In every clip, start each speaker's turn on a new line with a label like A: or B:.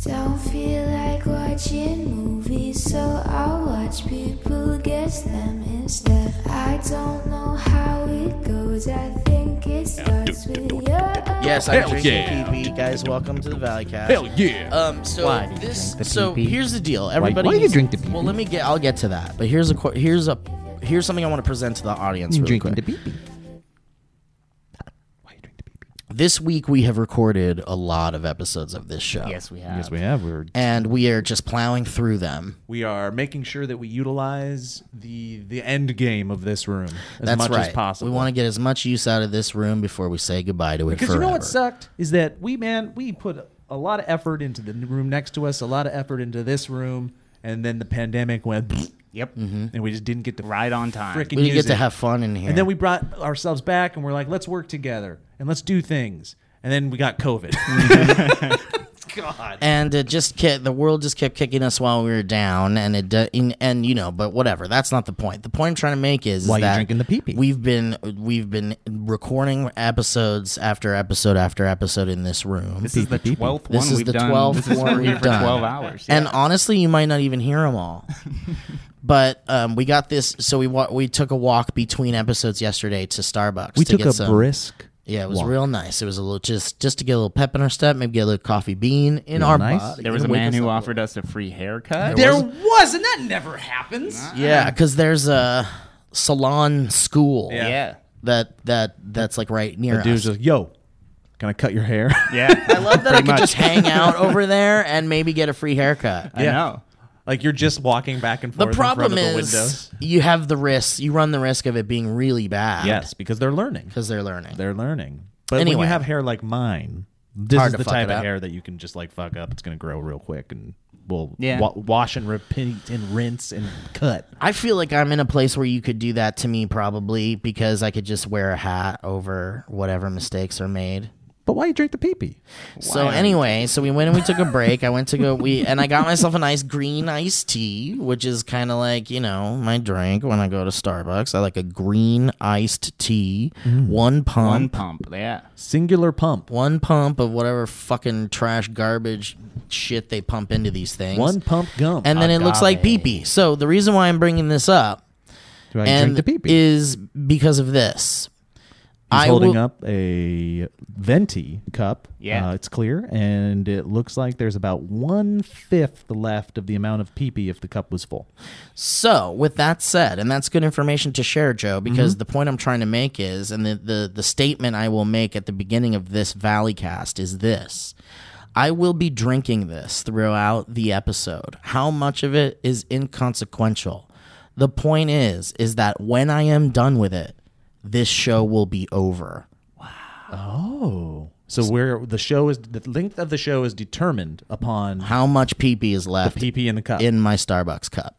A: Don't feel like watching movies, so I'll watch people guess them instead. I don't know how it goes, I think it starts with your
B: Yes, I'm
C: Hell
B: drinking
C: yeah.
B: PB. Guys, welcome to the Valley Cast.
C: Hell yeah.
B: Um, so
D: Why do you
B: this,
D: drink the
B: so
D: PB?
B: here's the deal. Everybody,
D: why do you
B: needs-
D: drink the PB?
B: Well, let me get. I'll get to that. But here's a que- here's a here's something I want to present to the audience really
D: drinking
B: quick.
D: the pee
B: this week we have recorded a lot of episodes of this show.
D: Yes, we have.
C: yes, we have. We're
B: and we are just plowing through them.
C: we are making sure that we utilize the the end game of this room as
B: That's
C: much
B: right.
C: as possible.
B: We want to get as much use out of this room before we say goodbye to it.
C: because you know what
B: forever.
C: sucked is that we man we put a lot of effort into the room next to us, a lot of effort into this room, and then the pandemic went,
D: Yep.
C: and we just didn't get to
D: Right on time.
C: Freaking
B: Mm-hmm. We didn't
C: use
B: get to
C: it.
B: have fun in here.
C: And then we brought ourselves back and we're like, let's work together and let's do things. And then we got COVID. God.
B: and it just kept, the world just kept kicking us while we were down and it do- and, and you know but whatever that's not the point the point i'm trying to make is
D: Why you
B: that
D: drinking the pee-pee?
B: we've been we've been recording episodes after episode after episode in this room
D: This is the twelfth one
B: This is
D: we've
B: the
D: done.
B: 12th
D: This has
B: one
D: been here
B: we've
D: for
B: done.
D: twelve hours.
B: And
D: yeah.
B: honestly, you might not even hear them all. but um, we got this. So we wa- we took a walk between episodes yesterday to Starbucks.
C: We
B: to
C: took
B: get
C: a
B: some,
C: brisk.
B: Yeah, it was
C: walk.
B: real nice. It was a little just just to get a little pep in our step, maybe get a little coffee bean in our
C: nice.
B: butt.
D: there was a
B: It'll wake
D: man
B: us
D: who
B: up.
D: offered us a free haircut.
B: There
C: There
B: was-
C: was, and that never happens.
B: Yeah, because there's a salon school.
C: Yeah.
D: yeah.
B: That that that's like right near
C: The dude's
B: us.
C: like, yo, can I cut your hair?
D: Yeah. I
B: Love that I could just hang out over there and maybe get a free haircut.
D: I know.
C: like you're just walking back and
B: The
C: forth
B: problem
C: in front of the
B: is
C: windows.
B: you have the risk. You run the risk of it being really bad.
C: Yes, because they're learning.
B: because they're learning.
C: They're learning. But when
B: Anyway.
C: you have hair like mine, this
B: Hard
C: is
B: to
C: the
B: fuck
C: type
B: it
C: of
B: up.
C: hair that you can just like fuck up. It's going to grow real quick and we'll
D: Yeah.
C: wa- wash and repeat and rinse and cut.
B: I feel like I'm in a place where you could do that to me probably because I could just wear a hat over whatever mistakes are made.
C: But why you drink the pee pee?
B: So anyway, so we went and we took a break. I went to go we and I got myself a nice green iced tea, which is kind of like, you know, my drink when I go to Starbucks. I like a green iced tea,
C: Mm.
B: one
D: One
B: pump,
D: pump. Yeah.
C: Singular pump.
B: one pump of whatever fucking trash garbage shit they pump into these things.
C: One pump gum.
B: and then it looks like pee
D: agave.
B: pee. So the reason why I'm bringing this up
C: Do I
B: and
C: drink the pee-pee?
B: is because of this.
C: He's holding
B: will-
C: up a venti cup.
D: Yeah.
C: Uh, it's clear, and it looks like there's about one fifth left of the amount of pee pee if the cup was full.
B: So, with that said, and that's good information to share, Joe,
C: Mm-hmm.
B: because the point I'm trying to make is, and the, the, the statement I will make at the beginning of this Valley cast is this I will be drinking this throughout the episode. How much of it is inconsequential? The point is, is that when I am done with it, this show will be over.
C: Oh. So where the show is, the length of the show is determined upon
B: How much pee pee is left
C: pee pee in the cup.
B: in my Starbucks cup.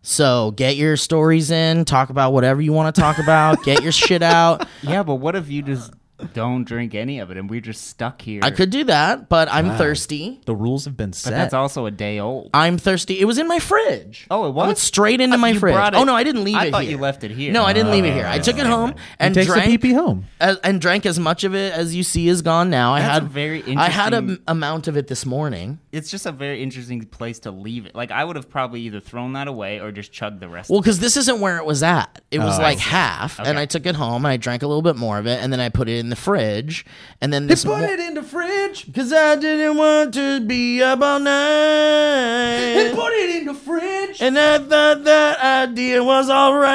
B: So get your stories in, talk about whatever you want to talk about, get your shit out.
D: Yeah, but what if you just don't drink any of it and we're just stuck here?
B: I could do that, but I'm thirsty.
C: the rules have been set.
D: But that's also a day old.
B: I'm thirsty. It was in my fridge.
D: Oh, it
B: I went
D: was?
B: straight into
D: I-
B: my
D: you
B: fridge.
D: brought it-
B: Oh no, I didn't leave
D: I
B: it.
D: thought
B: here.
D: you left it here.
B: No, I didn't leave it here. I took it home and
C: takes the pee
B: drank
C: pee home.
B: as, and drank as much of it as you see is gone now. I
D: That's
B: had
D: a very
B: I had an
D: interesting-
B: amount of it this morning.
D: It's just a very interesting place to leave it. Like I would have probably either thrown that away or just chugged the rest.
B: Well, because this isn't where it was at. It was like
D: Oh, I see.
B: half, and
D: Okay.
B: I took it home and I drank a little bit more of it, and then I put it in the fridge, and then this. mo-
C: in the fridge.
B: Cause I didn't want to be up all night.
C: it in the fridge.
B: And I thought that idea was alright.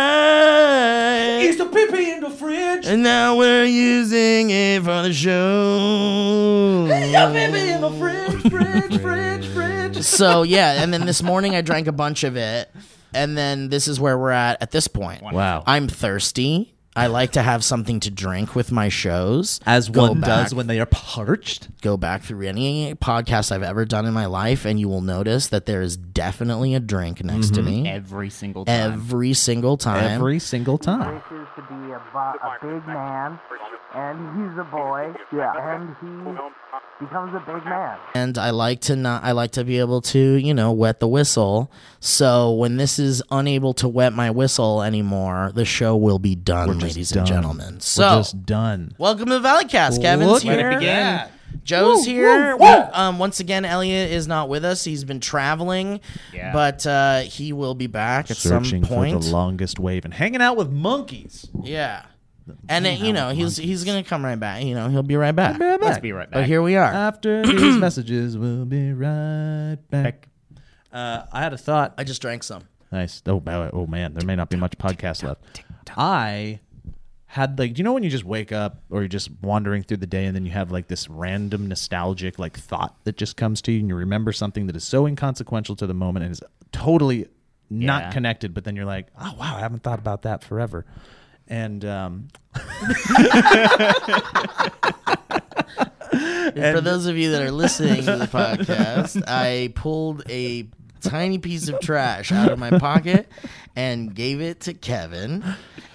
C: the pee pee in the fridge.
B: And now we're using it for the show.
C: in the fridge, fridge, fridge, fridge.
B: So yeah, and then this morning I drank a bunch of it, and then this is where we're at at this point.
C: Wow.
B: I'm thirsty. I like to have something to drink with my shows.
C: As
B: Go
C: one
B: back-
C: does when they are parched.
B: go back through any podcast I've ever done in my life, and you will notice that there is definitely a drink next
C: Mm-hmm.
B: to me.
D: every single time.
B: every single time.
C: Every single time.
E: appears to be a, bo- a big man, and he's a boy, yeah, and he becomes a big man.
B: and I like to not I like to be able to, you know, wet the whistle. So when this is unable to wet my whistle anymore, the show will be done,
C: just
B: ladies
C: done.
B: and gentlemen.
C: We're
B: So
C: just done.
B: welcome to the Valleycast, Kevin's
C: Look
B: here.
C: at
D: begin.
C: that.
B: Joe's
F: Woo,
B: here.
F: woo, woo.
B: Um, once again, Elliot is not with us. He's been traveling,
D: Yeah.
B: but uh, he will be back at
C: Searching
B: some point.
C: for the longest wave and hanging
F: Hanging out with monkeys.
B: yeah, and uh, you know he's he's gonna come right back. You know he'll be right back.
D: Let's be right back.
B: But here we are.
F: After these messages, we'll be right back. Uh, I had a thought.
B: I just drank some.
C: Nice. Oh, wow. oh man, there may not be much podcast left.
F: I
C: Had like, do you know when you just wake up or you're just wandering through the day and then you have like this random nostalgic like thought that just comes to you and you remember something that is so inconsequential to the moment and is totally not
D: Yeah.
C: connected, but then you're like, oh wow, I haven't thought about that forever. And um,
B: For those of you that are listening to the podcast, I pulled a tiny piece of trash out of my pocket and gave it to Kevin.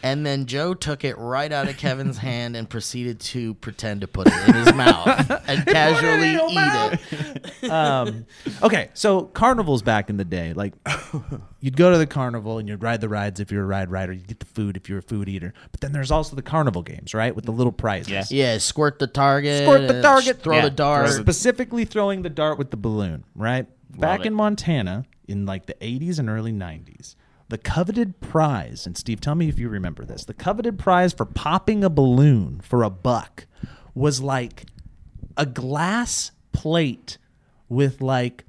B: And then Joe took it right out of Kevin's hand and proceeded to pretend to put it in his mouth and casually eat it.
C: Okay, so carnivals back in the day, like you'd go to the carnival and you'd ride the rides if you're a ride rider, you'd get the food if you're a food eater. But then there's also the carnival games, right? With the little prizes.
D: Yeah.
B: Yeah, squirt the target.
C: Squirt the
B: uh,
C: target.
B: Throw
D: Yeah,
B: the dart.
D: throw
C: Specifically throwing the dart with the balloon, right? back
D: it.
C: in Montana in like the 80s and early 90s, the coveted prize, and Steve, tell me if you remember this, the coveted prize for popping a balloon for a buck was like a glass plate with like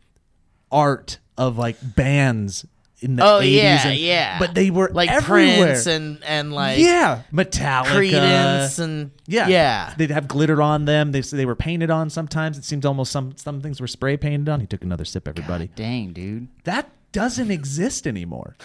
C: art of like bands in the
B: oh,
C: 80s
B: yeah,
C: and-
B: yeah.
C: but they were
B: like
C: everywhere.
B: Prince and, and like
C: yeah metallica
B: Credence and.
C: yeah
B: Yeah.
C: they'd have glitter on them they, they were painted on sometimes it seemed almost some some things were spray painted on he took another sip everybody
D: Dang, dude.
C: that doesn't exist anymore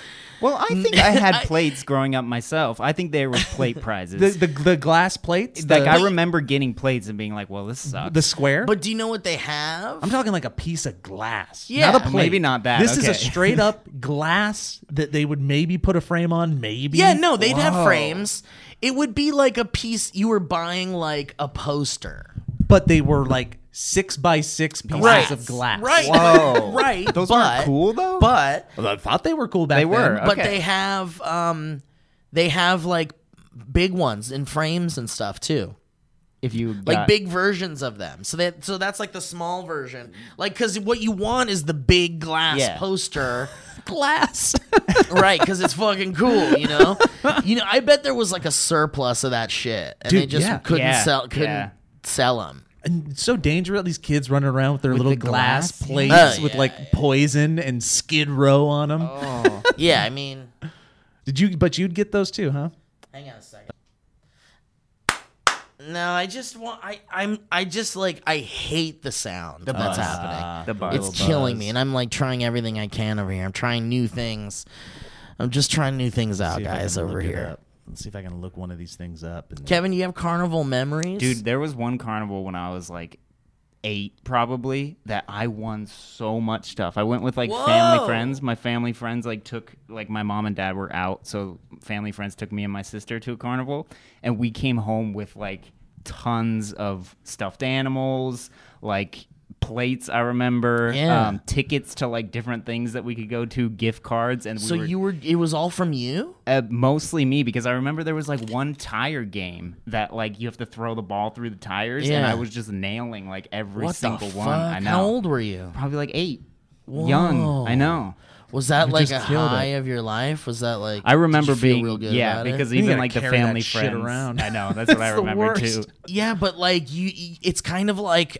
D: Well, I think I had plates growing up myself. I think they were plate prizes.
C: the the, the glass plates
D: like
C: the,
D: I remember getting plates and being like, "Well, this sucks."
C: the square
B: But do you know what they have?
C: I'm talking like a piece of glass.
B: Yeah.
C: not a plate.
D: Maybe not that,
C: This is a
D: okay.
C: straight up glass that they would maybe put a frame on. Maybe.
B: Yeah, no, they'd have
C: Whoa.
B: frames. It would be like a piece you were buying, like a poster.
C: but they were like six by six pieces
B: Right.
C: of glass.
B: Right.
D: Whoa.
B: right.
D: Those
B: but,
D: aren't cool though.
B: But
C: Well, I thought they were cool back
D: They
C: then.
D: were.
B: but
D: Okay.
B: they have um they have like big ones in frames and stuff too.
D: if you
B: Like
D: got-
B: big versions of them. So that so that's like the small version. Like cuz what you want is the big glass
D: Yeah.
B: poster. glass. right, cuz it's fucking cool, you know? you know, I bet there was like a surplus of that shit and they
C: Dude,
B: just
C: yeah.
B: couldn't
D: Yeah,
B: sell couldn't
D: yeah.
B: sell them.
C: And it's so dangerous. These kids running around with their little
D: the
C: glass,
D: glass?
C: plates
B: Oh,
C: with
B: yeah, yeah.
C: like poison and Skid Row on them.
B: yeah, I mean
C: Did you? But you'd get those too, huh?
B: Hang on a second. No, I just want I I'm I just like I hate the sound that's
D: buzz. Ah,
B: happening.
D: the bar.
B: it's killing me, and I'm like trying everything I can over here. I'm trying new things. I'm just trying new things out,
C: See if I
B: Oh, guys,
C: can
B: over
C: look it
B: here.
C: up. Let's see if I can look one of these things up. And
B: Kevin, do you have carnival memories,
D: Dude, there was one carnival when I was like eight, probably, that I won so much stuff. I went with like
B: Whoa.
D: family friends. My family friends like took like my mom and dad were out, so family friends took me and my sister to a carnival, and we came home with like tons of stuffed animals, like plates. I remember,
B: Yeah.
D: um, tickets to like different things that we could go to, gift cards, and we
B: So
D: were,
B: you were it was all from you?
D: uh, mostly me because I remember there was like one tire game that like you have to throw the ball through the tires, and
B: Yeah.
D: I was just nailing like every
B: what the
D: single
B: fuck?
D: one. I know.
B: How old were you?
D: Probably like eight. Young. I know.
B: Was that like a
C: just killed
B: high of your life? Was that like
D: I
B: did you
D: remember
B: feel
D: being
B: real good
D: yeah
B: about it?
D: because
C: You
D: even
C: gotta
D: like the
C: carry that
D: family
C: shit
D: friends.
C: around.
D: I know that's what I
C: It's the
D: remember too.
C: worst.
B: Yeah, but like you, you- it's kind of like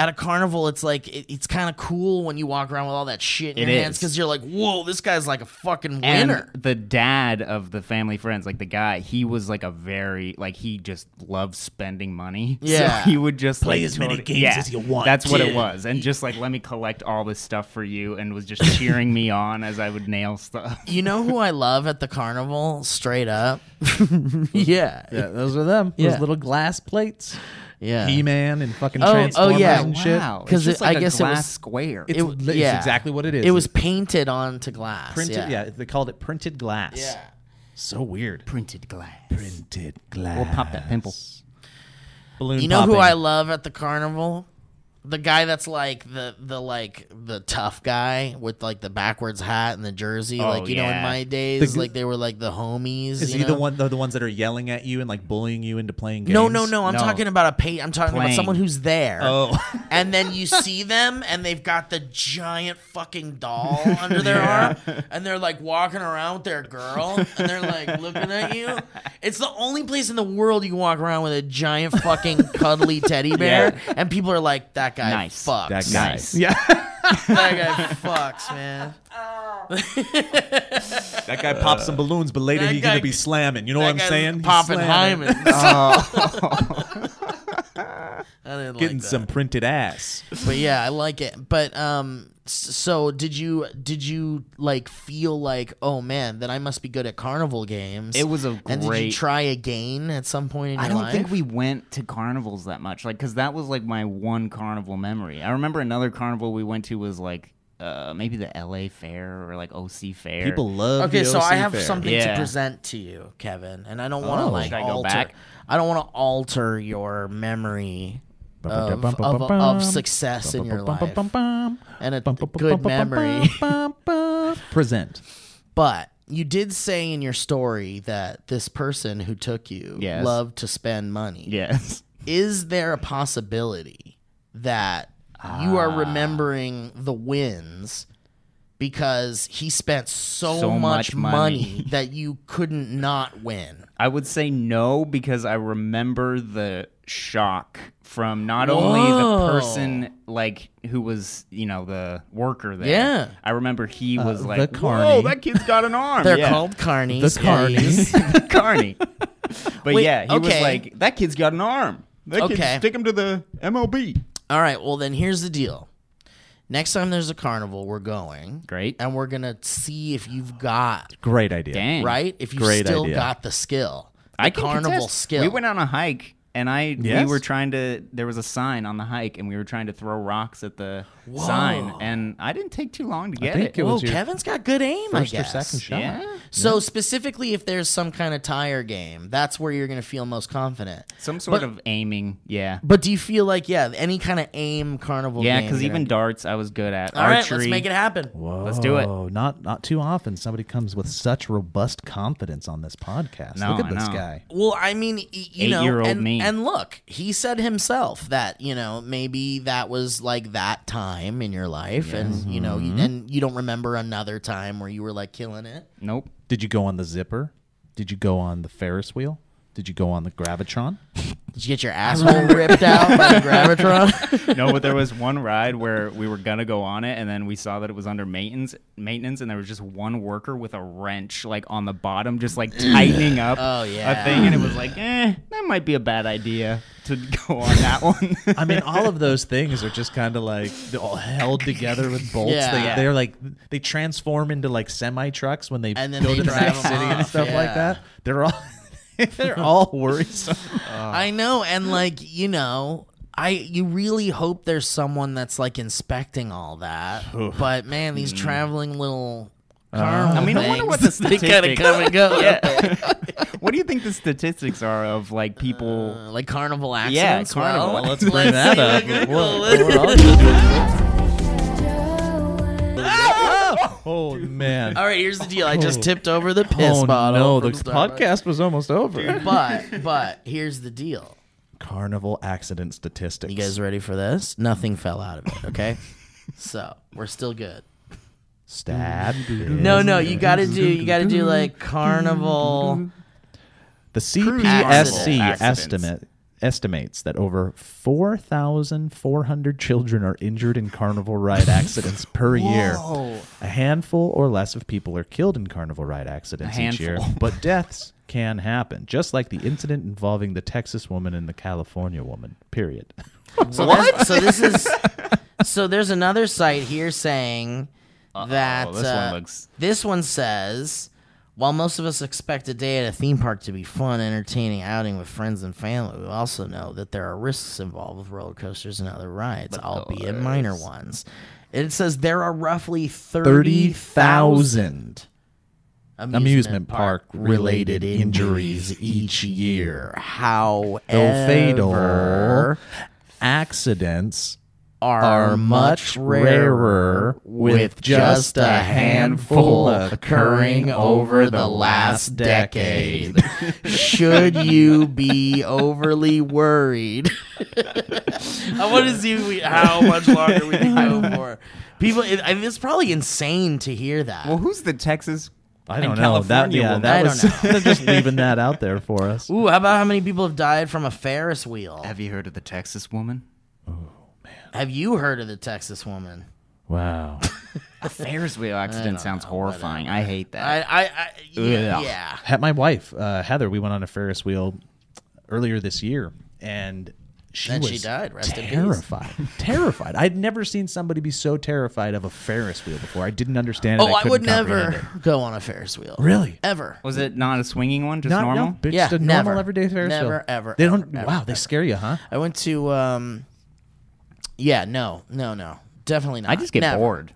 B: at a carnival. It's like it, it's kind of cool when you walk around with all that shit in
D: It
B: your hands
D: is.
B: because you're like, whoa, this guy's like a fucking
D: And
B: winner.
D: the dad of the family friends, like the guy, he was like a very like he just loved spending money. So
B: Yeah.
D: he would just play like,
C: as many
D: tot-
C: games
D: yeah,
C: as you want.
D: That's what
B: Yeah.
D: it was, and just like let me collect all this stuff for you, and was just cheering me on as I would nail stuff.
B: you know who I love at the carnival? Straight up, yeah, yeah.
C: Yeah, those are them.
B: Yeah.
C: Those little glass plates. He Man and fucking
B: Oh, oh,
C: Transformers
B: yeah.
C: and shit.
D: Wow, it's
B: 'Cause
D: just
B: it-
D: like
B: I
D: a
B: guess it was-
D: glass square.
C: It's,
B: It-
C: li- it's
B: yeah.
C: exactly what it is.
B: It was painted onto glass.
C: printed.
B: yeah.
C: Yeah. they called it printed glass.
B: Yeah.
C: So weird.
D: printed glass.
C: Printed glass.
D: We'll pop that pimple.
C: Balloon
B: You know who
C: popping.
B: I love at the carnival? the guy that's like the the like the tough guy with like the backwards hat and the jersey.
D: Oh,
B: like you know, in
D: yeah.
B: my days,
C: The-
B: like they were like the homies.
C: Is
B: you
C: he the
B: know?
C: one the, the ones that are yelling at you and like bullying you into playing games?
B: No, no, no. I'm
D: No.
B: talking about a pay. I'm talking about
D: Playing.
B: someone who's there.
C: Oh.
B: and then you see them, and they've got the giant fucking doll under their arm, and they're like walking around with their girl, and they're like looking at you. It's the only place in the world you can walk around with a giant fucking cuddly teddy bear, and people are like, "That guy
D: Nice.
B: fucks.
C: That guy.
D: Nice.
C: Yeah.
B: That guy fucks, man."
C: that guy pops some balloons, but later
B: that
C: he's gonna
B: guy-
C: be slamming. You know
B: that
C: what I'm
B: guy's
C: saying? He's
B: Popping
C: slamming. Oh.
B: Hyman. I didn't like
C: Getting
B: that.
C: some printed ass.
B: but yeah, I like it. But um, s- so did you? Did you like feel like, oh man, that I must be good at carnival games?
D: It was a
B: And did you
D: great-
B: try again at some point in your
D: I don't
B: life?
D: think we went to carnivals that much, like because that was like my one carnival memory. I remember another carnival we went to was like uh, maybe the L.A. Fair or like O.C. Fair.
C: People love
B: Okay,
C: the
B: so I
C: OC
B: have
C: fair.
B: something to
D: Yeah.
B: present to you, Kevin, and I don't want to
C: Oh.
B: like
D: Should I go
B: alter.
D: back?
B: I don't want to alter your memory. Of, of, of, success in your life and a good memory.
C: Present.
B: But you did say in your story that this person who took you
D: Yes.
B: loved to spend money.
D: Yes.
B: Is there a possibility that you are
D: Ah.
B: remembering the wins because he spent so,
D: So
B: much,
D: much money.
B: money that you couldn't not win?
D: I would say no because I remember the shock from not only
B: Whoa.
D: the person like who was you know the worker there.
B: Yeah. Uh,
D: I remember he was
C: the
D: like, "Whoa,
C: carny.
D: that kid's got an arm."
B: They're
D: Yeah.
B: called carnies.
C: The carnies.
D: carny. But
B: Wait,
D: yeah, he
B: okay.
D: was like, "That kid's got an arm. That kid,
B: Okay.
D: stick him to the MLB."
B: All right, well then here's the deal. Next time there's a carnival, we're going.
D: Great.
B: And we're going to see if you've got
C: Great idea.
D: Dang.
B: right? If you
C: Great
B: still
C: idea.
B: got the skill, the
D: Mm. I can
B: carnival
D: contest.
B: skill.
D: We went on a hike and I
C: Yes?
D: we were trying to there was a sign on the hike and we were trying to throw rocks at the sign and I didn't take too long to get
C: think
D: it.
C: it was-
B: Whoa,
C: your
B: Oh, Kevin's got good aim, I
C: First or
B: guess.
C: second shot.
D: yeah.
B: So specifically, if there's some kind of tire game, that's where you're going to feel most confident.
D: Some sort
B: But-
D: of aiming, yeah.
B: But do you feel like yeah, any kind of aim carnival?
D: yeah,
B: game
D: because
B: you're
D: even
B: gonna-
D: darts I was good at.
B: all
D: Archery.
B: right, let's make it Oh. happen.
C: Whoa,
D: Let's do it.
C: Oh, Not not too often somebody comes with such robust confidence on this podcast.
D: No,
C: Look at
D: I
C: this
D: know.
C: guy.
B: Well, I mean, y- you know,
D: Eight-year-old
B: and,
D: me.
B: and look, he said himself that you know maybe that was like that time in your life, and you know, you-
D: Mm-hmm.
B: and you don't remember another time where you were like killing it.
D: Nope.
C: Did you go on the zipper? Did you go on the Ferris wheel? Did you go on the gravitron?
B: Did you get your asshole ripped out by the gravitron?
D: no, but there was one ride where we were gonna go on it, and then we saw that it was under maintenance, maintenance, and there was just one worker with a wrench like on the bottom, just like tightening up
B: Oh, yeah.
D: a thing, and it was like, eh, that might be a bad idea to go on that one.
C: I mean, all of those things are just kind of like they're all held together with bolts.
B: Yeah.
C: They,
B: Yeah.
C: They're like they transform into like semi trucks when they
B: And then
C: go
B: they
C: to the
B: drive
C: next
B: them
C: city and
B: off,
C: stuff like
B: yeah.
C: that. They're all they're all worrisome.
B: I know, and like you know, I you really hope there's someone that's like inspecting all that. But man, these traveling little.
D: I mean, I wonder what the
B: kind of
D: statistics.
B: come and go.
D: yeah. what do you think the statistics are of like people?
B: Uh, like carnival
D: Yeah,
B: accidents.
D: carnival.
B: Well,
D: Let's
C: Bring that up. Whoa, we're all- oh man.
B: All right, here's the deal. I just tipped over the piss
C: oh
B: bottle.
C: no, the
B: from Starbucks.
C: podcast was almost over.
B: But but here's the deal.
C: Carnival accident statistics.
B: You guys ready for this? Nothing fell out of it. Okay, so we're still good.
C: stab.
B: No, no, you gotta do you gotta do like carnival.
C: The
B: Accident.
C: CPSC
D: Accidents.
C: estimate estimates that over 4,400 children are injured in carnival ride accidents per year. A handful or less of people are killed in carnival ride accidents
D: A
C: each year,
D: handful.
C: but deaths can happen, just like the incident involving the Texas woman and the California woman. Period.
B: So what? So this is so there's another site here saying that
D: this one
B: uh,
D: looks-
B: this one says while most of us expect a day at a theme park to be fun, entertaining outing with friends and family, we also know that there are risks involved with roller coasters and other rides, albeit minor ones. It says there are roughly 30,000
C: Amusement park related injuries each year.
B: However,
C: Though fatal accidents
B: are,
C: are
B: much
C: much
B: rarer
C: rarer
B: with just a handful occurring over the last decade. Should you be overly worried? I want to see we, how much longer we can go for. People, it, I- it's probably insane to hear that.
D: Well, who's the Texas?
C: I don't
D: and
C: know. That,
D: California
C: yeah,
D: woman.
C: that
B: I
C: was,
B: don't
C: they're just leaving that out there for us.
B: Ooh, how about how many people have died from a Ferris wheel?
D: Have you heard of the Texas woman?
B: Have you heard of the Texas woman?
C: Wow.
D: A Ferris wheel accident sounds horrifying. I hate that.
B: I, I, I yeah,
D: Ugh.
B: yeah.
C: had my wife uh, Heather. We went on a Ferris wheel earlier this year, and she
B: And
C: was
B: she died. Rest in peace.
C: terrified. terrified. I'd never seen somebody be so terrified of a Ferris wheel before. I didn't understand it.
B: Oh, I,
C: couldn't
B: would
C: comprehend
B: never
C: it.
B: go on a Ferris wheel.
C: Really?
B: Ever.
D: was it not a swinging one, just
C: Not
D: normal?
C: No, but
B: Yeah,
C: just a normal
B: never.
C: everyday Ferris wheel.
B: Never, ever,
C: They don't.
B: ever,
C: wow,
B: ever,
C: they scare you, huh?
B: I went to um Yeah, no, no, no. Definitely not.
D: I just get
B: Never.
D: bored.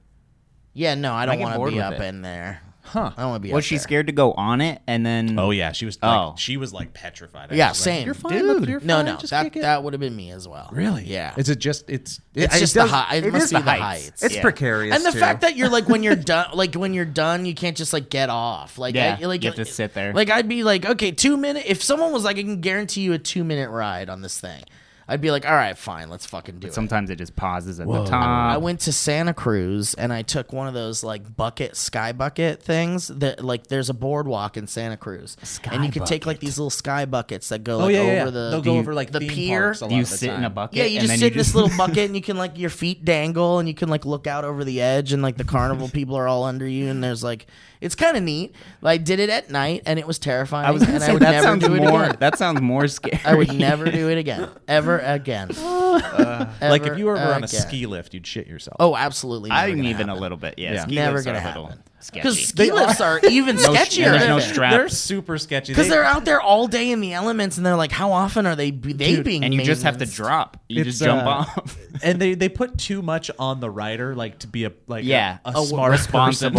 B: Yeah, no, I don't
D: get
B: want
D: bored
B: to be
D: with
B: up
D: it.
B: in there.
C: Huh.
B: I don't want to be
D: Was
B: up
D: she
B: there.
D: scared to go on it and then?
C: Oh yeah, she was. Like,
D: Oh.
C: she was like petrified. I
B: Yeah,
C: was
B: same.
C: Like, You're fine, look,
D: Dude.
C: You're fine.
B: No, no.
C: Just
B: That
C: kick it."
B: that would have been me as well.
C: really.
B: Yeah.
C: Is it just? It's.
B: It's
C: it- it
B: just
C: does-
B: the high. It,
C: it
B: must
C: is
B: be
C: the height.
B: heights.
D: It's
B: yeah.
F: precarious.
B: And the fact that you're like when you're done, like when you're done, you can't just like get off. Like
D: Yeah,
B: I, like
D: you have to sit there.
B: Like I'd be like, okay, two minute. If someone was like, I can guarantee you a two minute ride on this thing, I'd be like, all right, fine, let's fucking do it.
D: Sometimes it just pauses at the
B: I
C: Uh.
D: top.
B: went to Santa Cruz and I took one of those like bucket sky bucket things that like there's a boardwalk in Santa Cruz and you can take like these little sky buckets that go like
C: Oh, yeah,
B: over
C: yeah, yeah.
B: the
C: They'll
B: do
C: go
B: you-
C: over, like,
B: the
C: theme
B: pier.
C: parks a lot.
D: Do you
C: of the
D: sit in a
C: time.
D: bucket?
B: Yeah, you
D: and
B: just
D: then
B: sit in this little bucket and you can like your feet dangle and you can like look out over the edge and like the carnival people are all under you and there's like it's kind of neat. I did it at night and it was terrifying
D: I was gonna
B: and
D: say
B: I would
D: that
B: never
D: sounds
B: do it
D: more.
B: again.
D: That sounds more scary.
B: I would never do it again, ever again.
C: Uh, Like if you were ever on a
B: again.
C: ski lift, you'd shit yourself.
B: Oh, absolutely. never
D: I'm
B: gonna
D: even
B: happen.
D: a little bit. Yeah,
C: Yeah.
D: ski
B: Never
D: lifts are
B: gonna
D: a little
B: happen. Because
D: Sketchy.
B: ski lifts are even sketchier.
D: and there's no
B: than-
D: strap.
C: They're super sketchy.
B: Because
C: They-
B: they're out there all day in the elements, and they're like, how often are they be- they being?
D: and you just have to
B: maintenance?
D: drop. You just
C: It's,
D: jump
C: uh,
D: off.
C: and they they put too much on the rider, like to be a like
D: Yeah.
C: a, a
D: A
C: smart
D: responsible,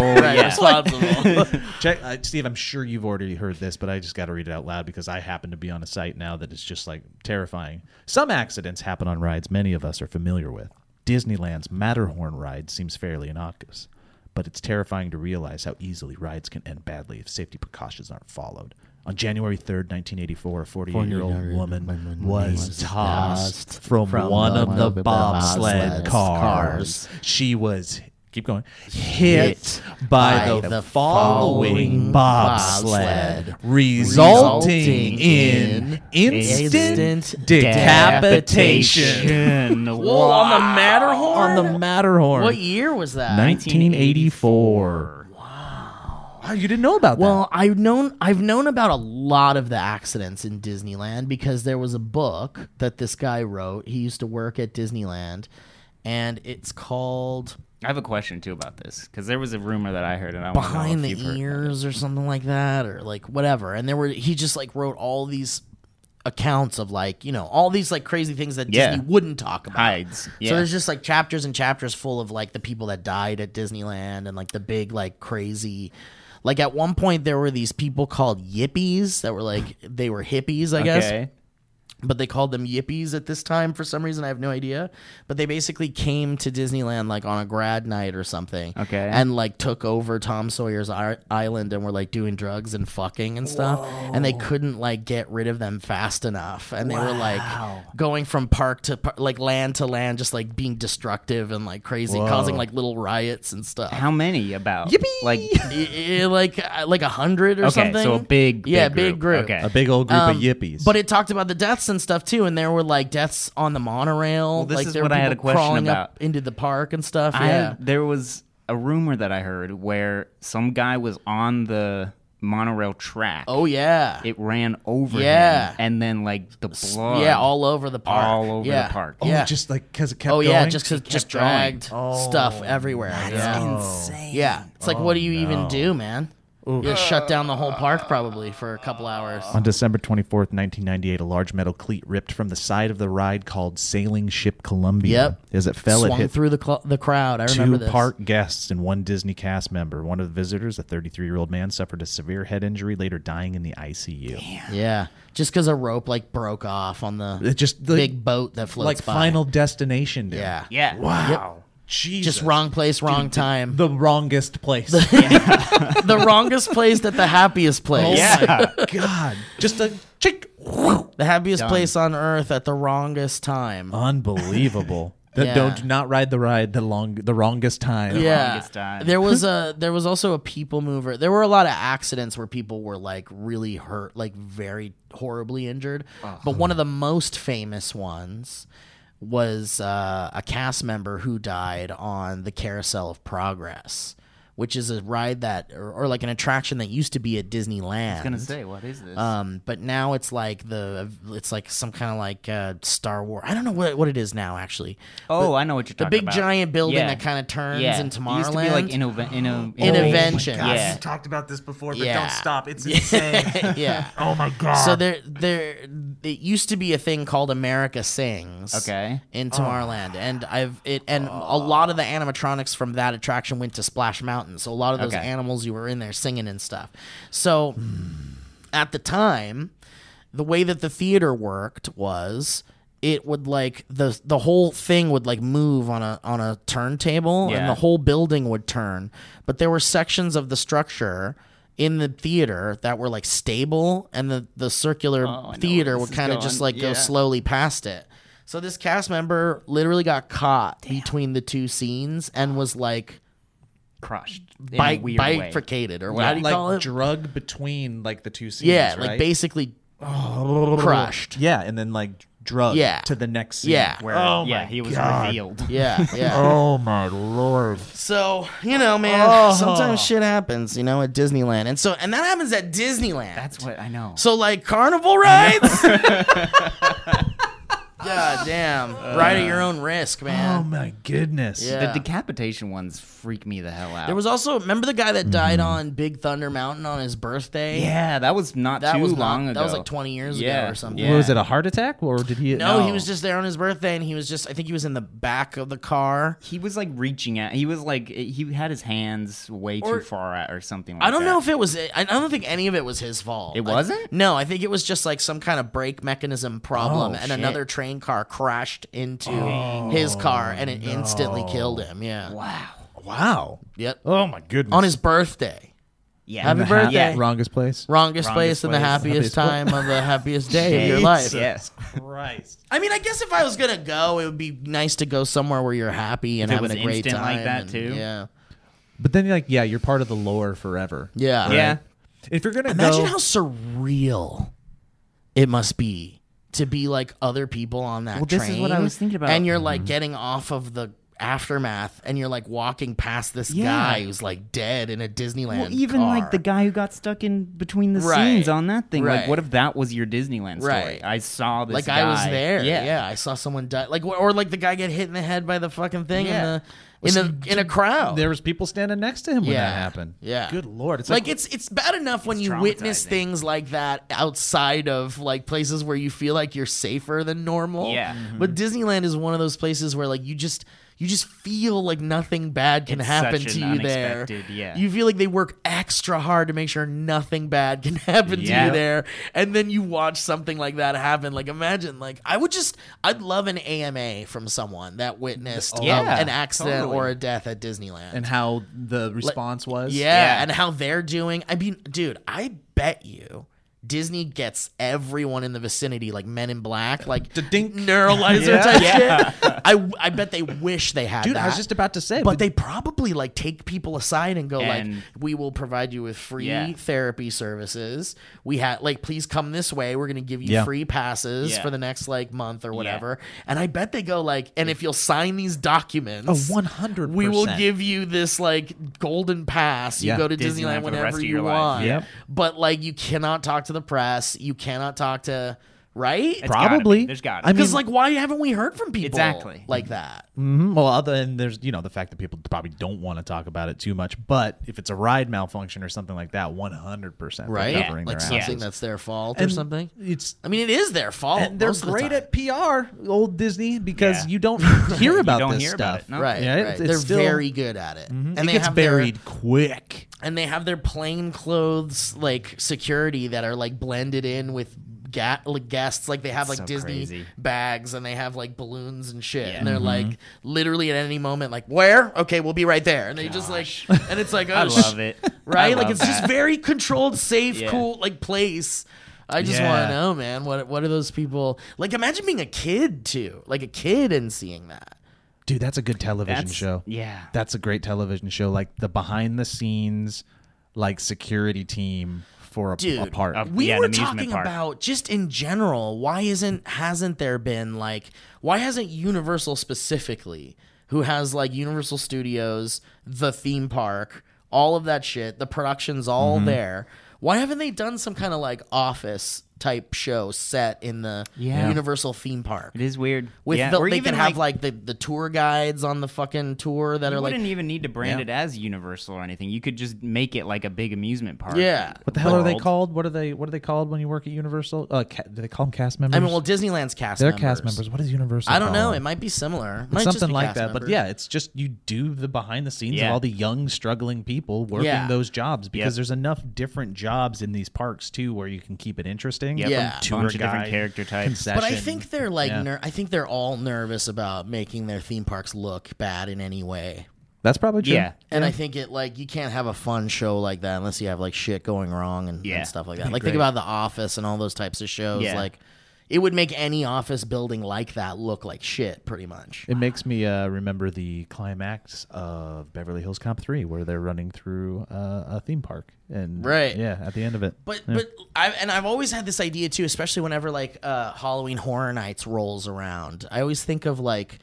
C: person.
D: Right, yeah.
B: responsible.
C: Check, uh, Steve. I'm sure you've already heard this, but I just got to read it out loud because I happen to be on a site now that is just like terrifying. Some accidents happen on rides many of us are familiar with. Disneyland's Matterhorn ride seems fairly innocuous, but it's terrifying to realize how easily rides can end badly if safety precautions aren't followed. On January 3rd, 1984, a 48 year old woman was tossed from one of the bobsled cars. She was, keep going, hit by the, following bobsled,
B: bobsled,
C: resulting
B: resulting
C: in
B: in
C: instant
B: instant
C: decapitation.
B: Whoa, on the Matterhorn.
C: On the Matterhorn.
B: what year was that?
C: 1984. Wow, you didn't know about
B: Well, I've known I've known about a lot of the accidents in Disneyland because there was a book that this guy wrote. He used to work at Disneyland, and it's called
D: I have a question too about this because there was a rumor that I heard, and I wanna know
B: behind
D: if
B: the
D: you've heard that.
B: ears or something like that or like whatever and there were he just like wrote all these accounts of like you know all these like crazy things that
D: Yeah.
B: disney wouldn't talk about
D: hides. Yeah.
B: so there's just like chapters and chapters full of like the people that died at disneyland and like the big like crazy like at one point there were these people called yippies that were like they were hippies i guess
D: Okay.
B: but they called them yippies at this time for some reason. I have no idea. But they basically came to Disneyland like on a grad night or something.
D: Okay.
B: And like took over Tom Sawyer's i- island and were like doing drugs and fucking and stuff. And they couldn't like get rid of them fast enough. And they were like going from park to par- like land to land, just like being destructive and like crazy, causing like little riots and stuff.
D: How many about? Like
B: I- I- like uh, like a hundred or
D: okay,
B: something.
D: so a big,
B: yeah,
D: big
B: big group.
D: Okay.
C: a big old group
B: Um,
C: of yippies.
B: But it talked about the deaths and stuff too, and there were like deaths on the monorail.
D: Well, this
B: like
D: is
B: there were
D: what I had a
B: people
D: question
B: crawling up
D: about.
B: into the park and stuff.
D: I
B: yeah.
D: there was a rumor that I heard where some guy was on the monorail track.
B: Oh yeah.
D: It ran over
B: Yeah.
D: him, and then like the blood.
B: yeah, all over the park.
D: all over the
B: yeah.
D: park.
C: oh,
B: yeah.
C: just like because it kept Oh,
B: oh
C: going.
B: yeah, just 'cause- just
D: going.
B: dragged stuff everywhere. yeah.
D: insane.
C: Oh,
B: yeah. It's like, what do you even do, man? It shut down the whole park probably for a couple hours.
C: On December 24th, 1998, a large metal cleat ripped from the side of the ride called Sailing Ship Columbia.
B: Yep.
C: As it fell, it
B: Swung
C: hit
B: through the cl- the crowd. I remember
C: two
B: this.
C: park guests and one Disney cast member. One of the visitors, a 33 year old man, suffered a severe head injury, later dying in the ICU.
B: Yeah, just because a rope like broke off on the
C: It just like,
B: big boat that floats
C: like
B: by.
C: Final Destination. Dude.
B: Yeah.
D: Yeah.
C: Wow. Jesus.
B: Just wrong place, wrong time.
C: The wrongest place.
B: the wrongest place at the happiest place.
D: Yeah.
C: Oh God. Just a chick.
B: The happiest place on earth at the wrongest time.
C: Oh, Unbelievable. That
B: Yeah.
C: don't do not ride the ride the long the wrongest time.
B: yeah.
D: longest time.
B: There was a there was also a people mover. There were a lot of accidents where people were like really hurt, like very horribly injured. But one of the most famous ones was uh, a cast member who died on the Carousel of Progress, which is a ride that or, or like an attraction that used to be at Disneyland.
D: gonna say, what is this?
B: Um, but now it's like the it's like some kind of like uh, Star Wars. I don't know what what it is now actually.
D: oh, I know what you're
B: The
D: talking
B: big
D: about.
B: giant building
D: Yeah.
B: that kind of turns
D: yeah.
B: into Oh,
D: It used to be like
B: Tomorrowland.
D: Innova- Inno-
B: Intervention.
D: Innovation. Yeah.
C: talked about this before,
B: but Yeah. don't stop.
C: It's insane.
B: yeah.
C: oh my god.
B: So there there it used to be a thing called America Sings.
D: Okay. Oh.
B: In Tomorrowland, and I've it and a lot of the animatronics from that attraction went to Splash Mountain. So a lot of those
D: Okay.
B: animals you were in there singing and stuff. So at the time, the way that the theater worked was it would like the the whole thing would like move on a on a turntable and
D: Yeah.
B: the whole building would turn but there were sections of the structure in the theater that were like stable and the the circular
D: Oh, I know where
B: theater
D: this
B: would
D: is
B: kind of
D: going.
B: just like go
D: Yeah.
B: slowly past it so this cast member literally got caught between the two scenes and was like
D: Crushed. in a
B: bi-
D: weird way.
B: bifurcated or what do you
C: like
B: call it
C: drug between like the two scenes.
B: yeah
C: right?
B: like basically crushed
C: Yeah, and then like drug
B: Yeah.
C: to the next scene.
B: Yeah.
C: Where,
D: Oh yeah, he was revealed.
B: yeah yeah
C: oh my lord.
B: So you know, man,
C: Oh.
B: sometimes shit happens. You know, at Disneyland, and so and that happens at Disneyland.
D: That's what I know.
B: so like carnival rides. God damn!
D: Uh,
B: Ride at your own risk,
C: Oh
B: man.
C: my goodness.
B: yeah.
D: The decapitation ones freak me the hell out.
B: there was also remember the guy that died on Big Thunder Mountain on his birthday.
D: Mm-hmm. yeah, that was not
B: that
D: too
B: was not-
D: long ago.
B: That was like 20 years
D: Yeah.
B: ago or something.
D: Yeah.
C: Was it a heart attack or did he?
B: No, he
D: No.
B: was just there on his birthday, and he was just—I think he was in the back of the car.
D: He was like reaching out. He was like eh, he had his hands way
B: Or-
D: too far out or something. like
B: I don't
D: that.
B: know if it was. I I don't think any of it was his fault.
D: It
B: I-
D: wasn't?
B: no, I think it was just like some kind of brake mechanism problem,
D: Oh,
B: and
D: shit. Oh,
B: another train car crashed into his car, and it instantly killed him. Yeah.
D: Wow.
C: Wow.
B: Yep.
C: Oh my goodness.
B: On his birthday,
D: Yeah.
B: Happy
D: Yeah.
B: birthday.
D: Yeah.
C: wrongest place.
B: wrongest, place, and the
D: place.
B: happiest
C: Happiest
B: time of the happiest day of your life.
D: Yes.
C: Christ.
B: I mean, I guess if I was gonna go, it would be nice to go somewhere where you're happy and
D: If it
B: having
D: was
B: a great
D: instant
B: time.
D: like that,
B: and-
D: too.
B: Yeah.
C: But then you're like, yeah, you're part of the lore forever.
B: Yeah.
D: Yeah.
C: If you're gonna
B: Imagine
C: go,
B: how surreal it must be to be like other people on that
D: Well,
B: train.
D: this is what I was thinking about.
B: And you're like getting off of the aftermath, and you're like walking past this
D: Yeah.
B: guy who's like dead in a Disneyland.
D: Well, even like the
B: car.
D: guy who got stuck in between the
B: Right.
D: scenes on that thing.
B: Right.
D: Like, what if that was your Disneyland story?
B: Right.
D: I saw this.
B: Like
D: guy.
B: I was there. Yeah. I saw someone die. Like or like the guy get hit in the head by the fucking thing
D: Yeah.
B: in the in the in a crowd.
C: there was people standing next to him when
B: Yeah.
C: that happened.
B: Yeah.
C: Good lord. It's
B: like
C: like,
B: it's it's bad enough when
D: It's
B: you witness
D: traumatizing.
B: things like that outside of like places where you feel like you're safer than normal.
D: Yeah.
B: But Disneyland is one of those places where like you just you just feel like nothing bad can
D: It's
B: happen
D: such
B: to
D: an
B: you there.
D: unexpected- yeah.
B: You feel like they work extra hard to make sure nothing bad can happen to you
D: Yeah.
B: there. And then you watch something like that happen. Like imagine like I would just I'd love an AMA from someone that witnessed um,
D: Oh, Yeah,
B: an accident
D: totally.
B: or a death at Disneyland.
C: and how the response was.
B: Yeah,
D: Yeah.
B: and how they're doing. I mean, dude, I bet you Disney gets everyone in the vicinity like Men in Black, like
C: Da-dink.
B: neuralizer
C: Yeah.
B: type shit. I I bet they wish they had
C: Dude,
B: that.
C: I was just about to say,
B: but they probably like take people aside and go
D: And-
B: like, "We will provide you with free
D: Yeah.
B: therapy services. We had like, please come this way. We're gonna give you
C: Yeah.
B: free passes
D: Yeah.
B: for the next like month or whatever." And I bet they go like, "And if you'll sign these
C: a
B: documents,
C: one hundred.
B: we will give you this like golden pass. You
C: Yeah.
B: go to
D: Disneyland
B: Disneyland,
D: for the rest
B: whenever
D: of
B: you
D: your life.
B: want.
C: Yep.
B: But like you cannot talk to the press. You cannot talk to right?
D: It's gotta be.
C: Probably.
D: There's got to
C: I
D: be.
C: mean,
B: Because like, why haven't we heard from people
D: Exactly.
B: like that?
C: Mhm. Well, other than there's, you know, the fact that people probably don't want to talk about it too much, but if it's a ride malfunction or something like that, 100% they're
B: Right?
D: Yeah,
C: covering
B: Like
C: their
B: something
C: asses.
B: that's their fault
C: And
B: or something.
C: It's
B: I mean, it is their fault.
C: and they're
B: Oh, most of the
C: great
B: time.
C: at PR, old Disney, because
D: Yeah.
C: you don't hear about
D: don't
C: this
D: hear about
C: stuff.
D: it, no.
B: right?
C: Yeah, it-
B: right.
C: it's
B: they're
C: still- Mm-hmm.
B: very good at it, and
C: it
B: they
C: gets
B: have
C: buried
B: Their,
C: quick.
B: and they have their plain clothes like security that are like blended in with. Ga- like guests like they have like
D: So
B: Disney
D: crazy. Mm-hmm.
B: bags and they have like balloons and shit and they're like literally at any moment like where okay we'll be right there and they just like and it's like oh,
D: I
B: sh-
D: love it.
B: right?
D: I
B: Like
D: love
B: it's just
D: that.
B: very controlled, safe,
D: Yeah.
B: cool, like place. I just
C: Yeah.
B: want to know, man. What what are those people like? Imagine being a kid too, like a kid and seeing that.
C: Dude, that's a good television
D: That's-
C: show.
D: yeah.
C: That's a great television show. Like the behind the scenes, like security team for a,
B: Dude,
C: a park.
D: a-
B: We
D: Yeah, an
B: were
D: amusement
B: talking
D: park.
B: about just in general. Why isn't hasn't there been like why hasn't Universal specifically, who has like Universal Studios, the theme park, all of that shit, the productions all
C: Mm-hmm.
B: there. Why haven't they done some kind of like office type show set in the
D: Yeah.
B: Universal theme park?
D: It is weird.
B: With
D: yeah.
B: the,
D: or
B: they
D: even
B: can have like, the, the tour guides on the fucking tour that
D: You
B: are like
D: wouldn't even need to brand it as Universal or anything. You could just make it like a big amusement park.
B: Yeah.
C: what the hell are they
D: World.
C: called? What are they? What are they called when you work at Universal? Uh, ca- do they call them cast members?
B: I mean, well, Disneyland's cast
C: they're
B: members.
C: cast members. What is Universal?
B: I don't
C: call
B: know.
C: them?
B: It might be similar. It
C: It's
B: might just
C: something
B: be
C: like
B: cast
C: that. But
B: members.
C: yeah, it's just you do the behind the scenes
D: Yeah.
C: of all the young, struggling people working
B: Yeah.
C: those jobs because
D: Yep.
C: there's enough different jobs in these parks too where you can keep it interesting.
D: Yep.
B: Yeah.
C: Tour
D: Bunch of different
C: guide,
D: character types.
C: concession.
B: But I think they're like,
C: Yeah.
B: ner- I think they're all nervous about making their theme parks look bad in any way.
C: that's probably true.
D: Yeah.
B: And I think it like you can't have a fun show like that unless you have like shit going wrong and, and
D: Yeah.
B: stuff like that. Like think about The Office and all those types of shows.
D: Yeah.
B: Like it would make any office building like that look like shit, pretty much.
C: It makes me uh, remember the climax of Beverly Hills Cop 3 where they're running through uh, a theme park and
B: Right.
C: yeah, at the end of it.
B: But
C: Yeah.
B: but I and I've always had this idea too, especially whenever like uh, Halloween Horror Nights rolls around. I always think of like,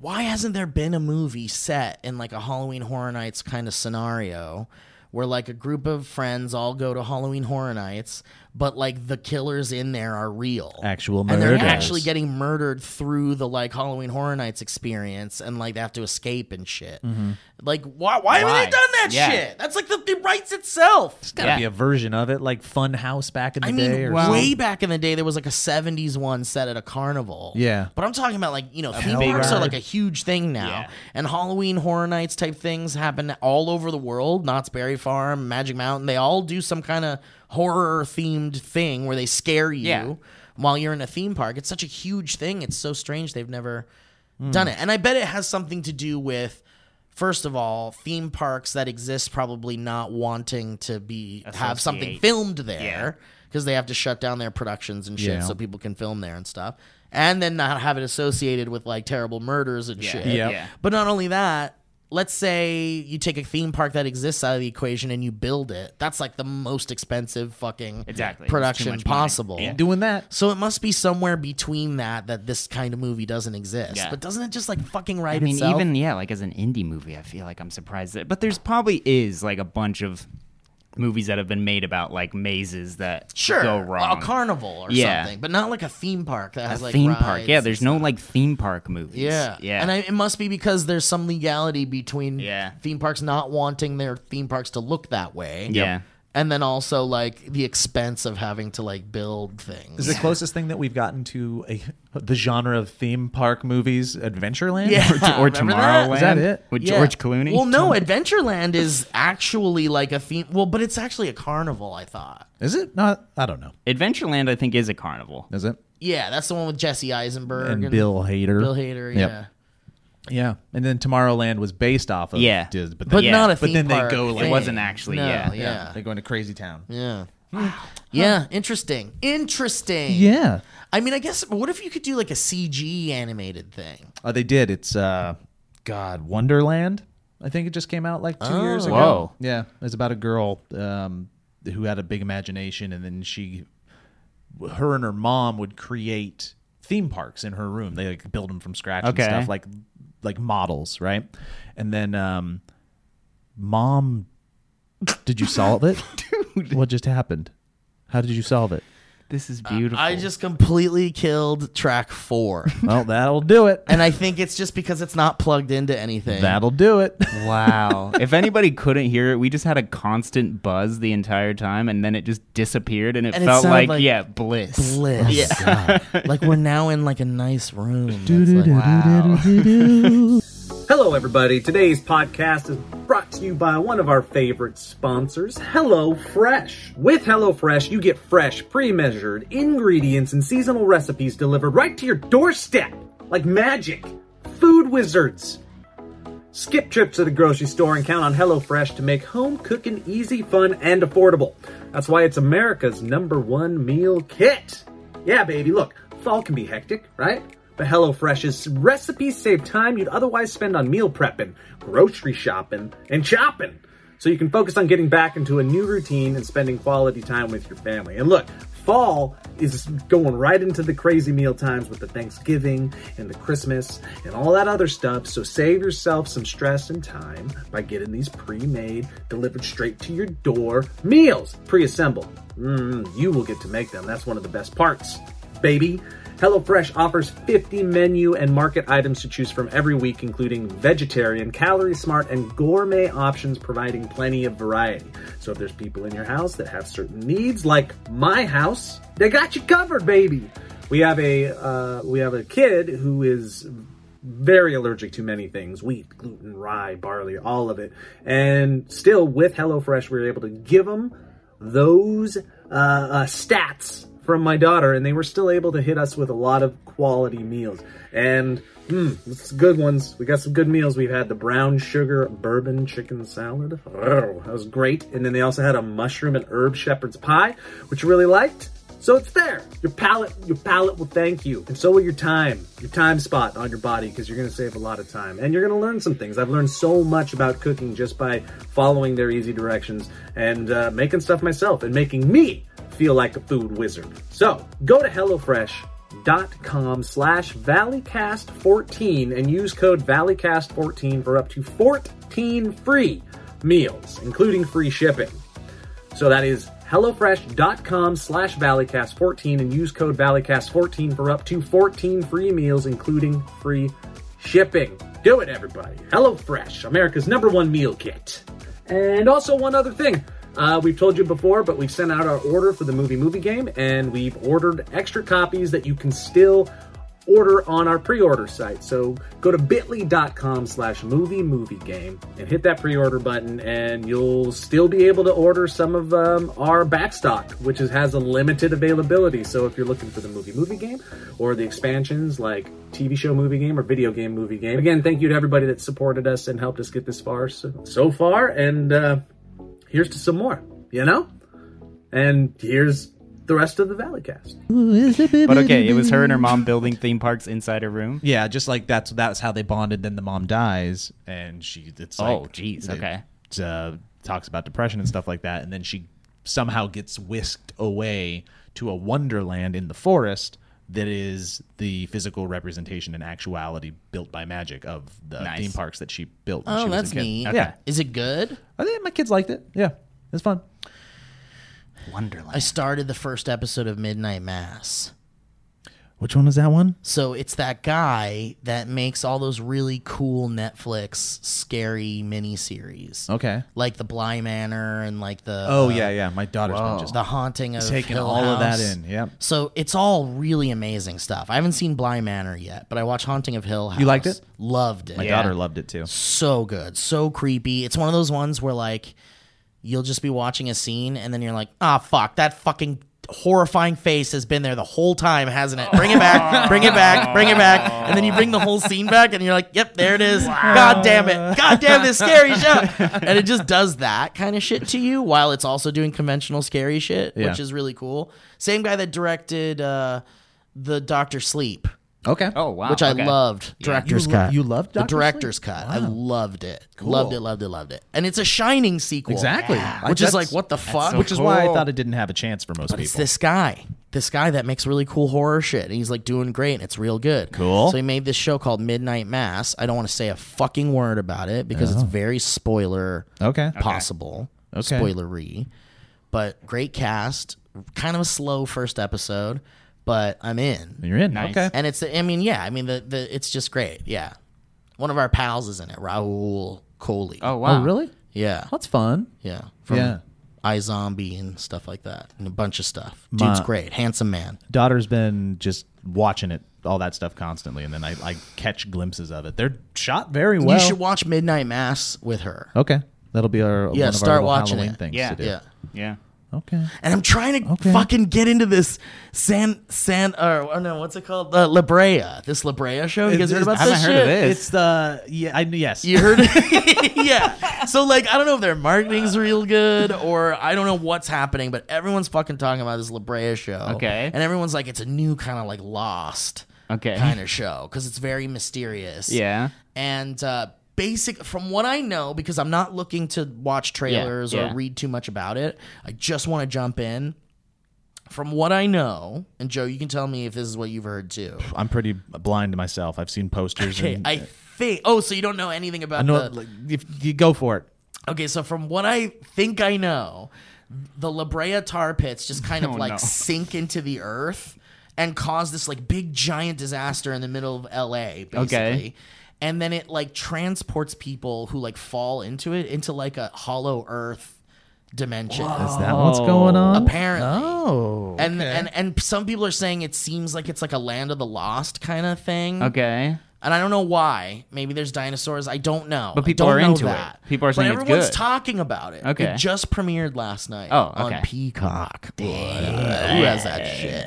B: why hasn't there been a movie set in like a Halloween Horror Nights kind of scenario? Where like a group of friends all go to Halloween Horror Nights, but like the killers in there are real,
C: Actual
B: and they're
C: murderers.
B: actually getting murdered through the like Halloween Horror Nights experience, and like they have to escape and shit. Like why? Why, haven't
D: Why?
B: they done that
D: Yeah.
B: shit? That's like the it writes itself.
C: it's got to
D: Yeah.
C: be a version of it like Fun House back in the
B: I
C: day
B: mean,
C: or
D: well-
B: way back in the day, there was like a '70s one set at a carnival.
C: Yeah.
B: but I'm talking about like you know, theme
C: big
B: parks are
C: ride.
B: like a huge thing now,
D: Yeah.
B: and Halloween Horror Nights type things happen all over the world. Knott's Berry Farm, Magic Mountain, they all do some kind of horror themed thing where they scare you
D: Yeah.
B: while you're in a theme park. It's such a huge thing. It's so strange they've never
D: Hmm.
B: done it, and I bet it has something to do with. First of all, theme parks that exist probably not wanting to be have something
D: Associate.
B: filmed there because they have to shut down their productions and shit
C: Yeah.
B: so people can film there and stuff and then not have it associated with like terrible murders and shit
D: Yeah. Yeah.
B: but not only that let's say you take a theme park that exists out of the equation and you build it that's like the most expensive fucking
D: Exactly. It's too
B: production
D: much money.
B: possible
D: Yeah.
C: doing that.
B: so it must be somewhere between that that this kind of movie doesn't exist
D: Yeah.
B: but doesn't it just like fucking write
D: I mean,
B: itself
D: even yeah, like as an indie movie, I feel like I'm surprised that. But there's probably is like a bunch of movies that have been made about like mazes that
B: sure
D: go wrong.
B: a carnival or
D: Yeah.
B: something but not like a theme park that
D: A
B: has like
D: theme park.
B: rides
D: Yeah,
B: and
D: there's no like theme park movies.
B: Yeah,
D: yeah.
B: and I, it must be because there's some legality between
D: Yeah.
B: theme parks not wanting their theme parks to look that way.
D: Yeah.
B: and then also like the expense of having to like build things.
C: Is the closest thing that we've gotten to a the genre of theme park movies, Adventureland?
B: Yeah.
D: or, t- or
B: Remember that?
D: Tomorrowland.
B: Is
C: that it?
D: With
B: Yeah.
D: George Clooney.
B: Well, no, Adventureland is actually like a theme. Well, but it's actually a carnival. I thought.
C: Is it not? I don't know.
D: Adventureland, I think, is a carnival.
C: Is it?
B: Yeah, that's the one with Jesse Eisenberg
C: And Bill Hader.
B: Bill Hader.
C: Yep.
B: Yeah.
C: Yeah, and then Tomorrowland was based off of
D: Yeah.
C: Dis, but,
B: But
C: then,
B: not a
C: but
B: theme
C: then
B: park
C: they go like
B: thing.
D: wasn't actually,
B: No,
D: yeah.
B: yeah,
C: they go into Crazy Town.
B: yeah, yeah. Interesting, interesting.
C: Yeah,
B: I mean, I guess what if you could do like a CG animated thing?
C: oh, they did. It's uh, God Wonderland. I think it just came out like two years
B: Oh.
C: ago.
D: Whoa.
C: Yeah, it's about a girl um, who had a big imagination, and then she, her and her mom would create theme parks in her room. They like build them from scratch
D: Okay.
C: and stuff like like models, right? And then um, mom, did you solve it? what just happened? How did you solve it?
D: This is beautiful.
B: I just completely killed track four.
C: Well, that'll do it.
B: and I think it's just because it's not plugged into anything.
C: That'll do it.
D: Wow. if anybody couldn't hear it, we just had a constant buzz the entire time and then it just disappeared and it
B: And it
D: felt
B: sounded
D: like,
B: like
D: yeah, bliss.
B: bliss. Yeah. like we're now in like a nice room. That's like,
D: Wow.
G: Hello, everybody. Today's podcast is brought to you by one of our favorite sponsors, HelloFresh. With HelloFresh, you get fresh, pre measured ingredients and seasonal recipes delivered right to your doorstep like magic. Food wizards. Skip trips to the grocery store and count on HelloFresh to make home cooking easy, fun, and affordable. That's why it's America's number one meal kit. Yeah, baby, look, fall can be hectic, right? But HelloFresh's recipes save time you'd otherwise spend on meal prepping, grocery shopping, and shopping. So you can focus on getting back into a new routine and spending quality time with your family. And look, fall is going right into the crazy meal times with the Thanksgiving and the Christmas and all that other stuff. So save yourself some stress and time by getting these pre-made, delivered straight to your door meals, pre-assembled. Mm, you will get to make them. That's one of the best parts, baby. HelloFresh offers 50 menu and market items to choose from every week, including vegetarian, calorie smart, and gourmet options, providing plenty of variety. So if there's people in your house that have certain needs, like my house, they got you covered, baby. We have a uh, we have a kid who is very allergic to many things wheat, gluten, rye, barley, all of it. And still, with HelloFresh, we were able to give them those uh, uh, stats from my daughter, and they were still able to hit us with a lot of quality meals. And mm, it's good ones. We got some good meals. We've had the brown sugar bourbon chicken salad. Oh, that was great. And then they also had a mushroom and herb shepherd's pie, which I really liked. So it's there. Your palate, your palate will thank you, and so will your time, your time spot on your body, because you're going to save a lot of time, and you're going to learn some things. I've learned so much about cooking just by following their easy directions and uh, making stuff myself, and making me feel like a food wizard. So go to hellofresh.com slash valleycast14 and use code valleycast14 for up to 14 free meals, including free shipping. So that is HelloFresh.com slash ValleyCast14 and use code ValleyCast14 for up to 14 free meals, including free shipping. Do it, everybody. HelloFresh, America's number one meal kit. And also, one other thing. Uh, we've told you before, but we've sent out our order for the movie movie game, and we've ordered extra copies that you can still order on our pre-order site. So go to bit.ly.com slash movie movie game and hit that pre-order button and you'll still be able to order some of um, our back stock, which is, has a limited availability. So if you're looking for the movie movie game or the expansions like TV show movie game or video game movie game. Again, thank you to everybody that supported us and helped us get this far so, so far. And uh, here's to some more, you know? And here's the rest of the Valleycast.
D: but okay, it was her and her mom building theme parks inside her room.
C: yeah, just like that's that's how they bonded. Then the mom dies, and she it's
D: Oh,
C: like,
D: jeez,
C: it,
D: okay.
C: uh, talks about depression and stuff like that, and then she somehow gets whisked away to a wonderland in the forest that is the physical representation and actuality built by magic of the
D: Nice.
C: theme parks that she built. When she
B: Oh,
C: was
B: that's
C: a kid.
B: neat.
C: Yeah,
B: Is it good?
C: I think my kids liked it. Yeah, it's fun.
B: I
D: Wonderland.
B: started the first episode of Midnight Mass.
C: Which one was that one?
B: So it's that guy that makes all those really cool Netflix scary miniseries.
C: Okay.
B: Like the Bly Manor and like the
C: Oh
B: uh,
C: yeah, yeah. My daughter's been just
B: the haunting of
C: taking
B: Hill
C: all of that
B: House.
C: in. Yeah.
B: So it's all really amazing stuff. I haven't seen Bly Manor yet, but I watched Haunting of Hill House.
C: You liked it?
B: Loved it.
C: My
D: Yeah.
C: daughter loved it too.
B: so good, so creepy. It's one of those ones where like you'll just be watching a scene and then you're like, ah, fuck, that fucking horrifying face has been there the whole time, hasn't it? Bring it back, bring it back, bring it back, and then you bring the whole scene back and you're like, yep, there it is. God damn it, god damn this scary show, and it just does that kind of shit to you while it's also doing conventional scary shit,
C: Yeah.
B: which is really cool. Same guy that directed uh, the Doctor Sleep
C: Okay.
D: Oh, wow.
B: which I
D: okay.
B: loved. Director's
C: You lo-
B: cut.
C: you loved
B: the
C: Dr.
B: director's
C: Sleep?
B: cut. I loved it. Loved it. Loved it. Loved it. And it's a Shining sequel.
C: Exactly. I-
B: Which is
C: that's-
B: like what the fuck?
D: so
B: Which
C: Which is why I
D: Cool.
C: thought it didn't have a chance for most people.
B: it's this guy. This guy that makes really cool horror shit, and he's like doing great, and it's real good.
C: Cool.
B: So he made this show called Midnight Mass. I don't want to say a fucking word about it because it's very spoiler
C: Oh. Okay.
B: possible,
C: Okay.
B: spoilery, but great cast, kind of a slow first episode, but I'm in.
C: You're in.
D: Nice.
C: Okay.
B: And it's I mean, yeah, I mean the, the it's just great. Yeah. One of our pals is in it, Raul Coley.
D: Oh wow!
C: Oh, really?
B: Yeah.
C: That's fun.
B: Yeah. From
C: Yeah.
B: iZombie and stuff like that. And a bunch of stuff. Dude's
C: My-
B: great. Handsome man.
C: Daughter's been just watching it, all that stuff constantly, and then I, I catch glimpses of it. They're shot very well.
B: you should watch Midnight Mass with her.
C: Okay. That'll be our
B: Yeah,
C: one of
B: start
C: our little
B: watching
C: Halloween
B: it.
C: things
D: Oh, Yeah.
C: to do.
B: Yeah.
D: Yeah.
C: Okay.
B: And I'm trying to
C: Okay.
B: fucking get into this San San or oh no, what's it called? The La Brea. This La Brea show. You guys heard about
D: I
B: this
D: haven't heard of
B: shit?
D: this.
C: It's the yeah, I yes.
B: You heard it? yeah. So like I don't know if their marketing's real good or I don't know what's happening, but everyone's fucking talking about this La Brea show.
D: Okay.
B: And everyone's like, it's a new kind of like lost
D: Okay.
B: kind of show because it's very mysterious.
D: Yeah.
B: And uh basic from what I know, because I'm not looking to watch trailers
D: yeah.
B: or read too much about it. I just want to jump in. From what I know, and Joe, you can tell me if this is what you've heard too.
C: I'm pretty blind myself. I've seen posters.
B: Okay,
C: and,
B: I think. Oh, so you don't know anything about
C: I know.
B: the,
C: like, if you go for it,
B: Okay, so from what I think I know, the La Brea tar pits just kind of
D: Oh,
B: like
D: no.
B: sink into the earth and cause this like big giant disaster in the middle of LA, basically.
D: Okay.
B: And then it like transports people who like fall into it into like a hollow earth dimension.
C: is that what's
B: Oh.
C: going on?
B: Apparently.
C: Oh,
B: And, and and some people are saying it seems like it's like a land of the lost kind of thing.
D: Okay.
B: And I don't know why. Maybe there's dinosaurs. I don't know.
D: But
B: I
D: people
B: don't
D: are
B: know
D: into it.
B: that.
D: People are saying
B: but
D: it's
B: everyone's
D: good.
B: talking about it.
D: Okay.
B: It just premiered last night.
D: Oh,
B: On
D: okay.
B: Peacock. Damn. Who has that shit?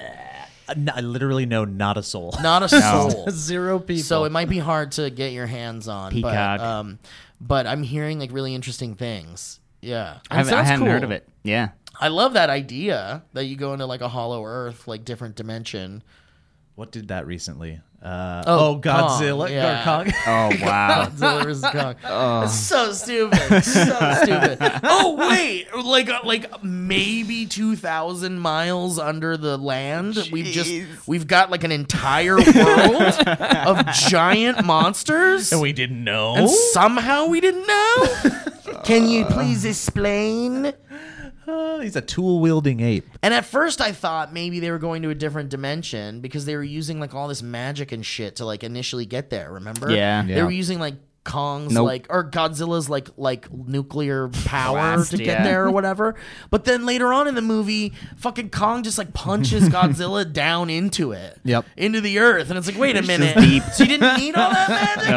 C: N- I literally know not a soul.
B: Not a soul.
C: Zero people.
B: So it might be hard to get your hands on.
D: Peacock.
B: But, um, but I'm hearing like really interesting things. Yeah.
D: I haven't, I
B: sounds
D: hadn't heard
B: cool.
D: of it. Yeah.
B: I love that idea that you go into like a hollow earth, like different dimension.
C: what did that recently? Uh,
B: Oh,
C: oh, Godzilla.
B: Kong, yeah.
C: Kong.
D: Oh wow.
B: Godzilla versus Kong. It's so stupid. So stupid. Oh wait, like uh, like maybe two thousand miles under the land. We've just we've got like an entire world of giant monsters,
C: and we didn't know.
B: and somehow we didn't know. Can you please explain?
C: Uh, he's a tool wielding ape.
B: And at first, I thought maybe they were going to a different dimension because they were using like all this magic and shit to like initially get there. Remember?
D: Yeah.
B: They
C: Yeah.
B: were using like Kong's
D: Nope.
B: like or Godzilla's like like nuclear power
D: Blast,
B: to get
D: yeah.
B: there or whatever. But then later on in the movie, fucking Kong just like punches Godzilla down into it.
C: Yep.
B: Into the earth, and it's like, wait a
D: just
B: minute,
D: deep.
B: so you didn't need all that magic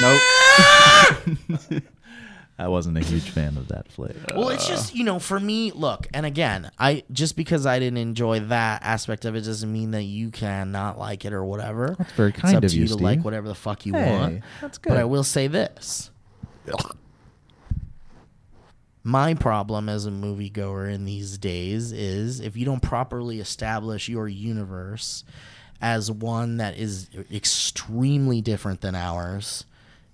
D: No.
B: to get there.
D: Nope.
C: I wasn't a huge fan of that flick.
B: Well, it's just you know, for me, look, and again, I just because I didn't enjoy that aspect of it doesn't mean that you cannot like it or whatever. That's
C: very
B: it's
C: kind
B: up
C: of
B: to
C: you,
B: to like
C: Steve.
B: whatever the fuck you
C: Hey,
B: want.
C: that's
B: But I
C: good.
B: will say this: my problem as a moviegoer in these days is if you don't properly establish your universe as one that is extremely different than ours.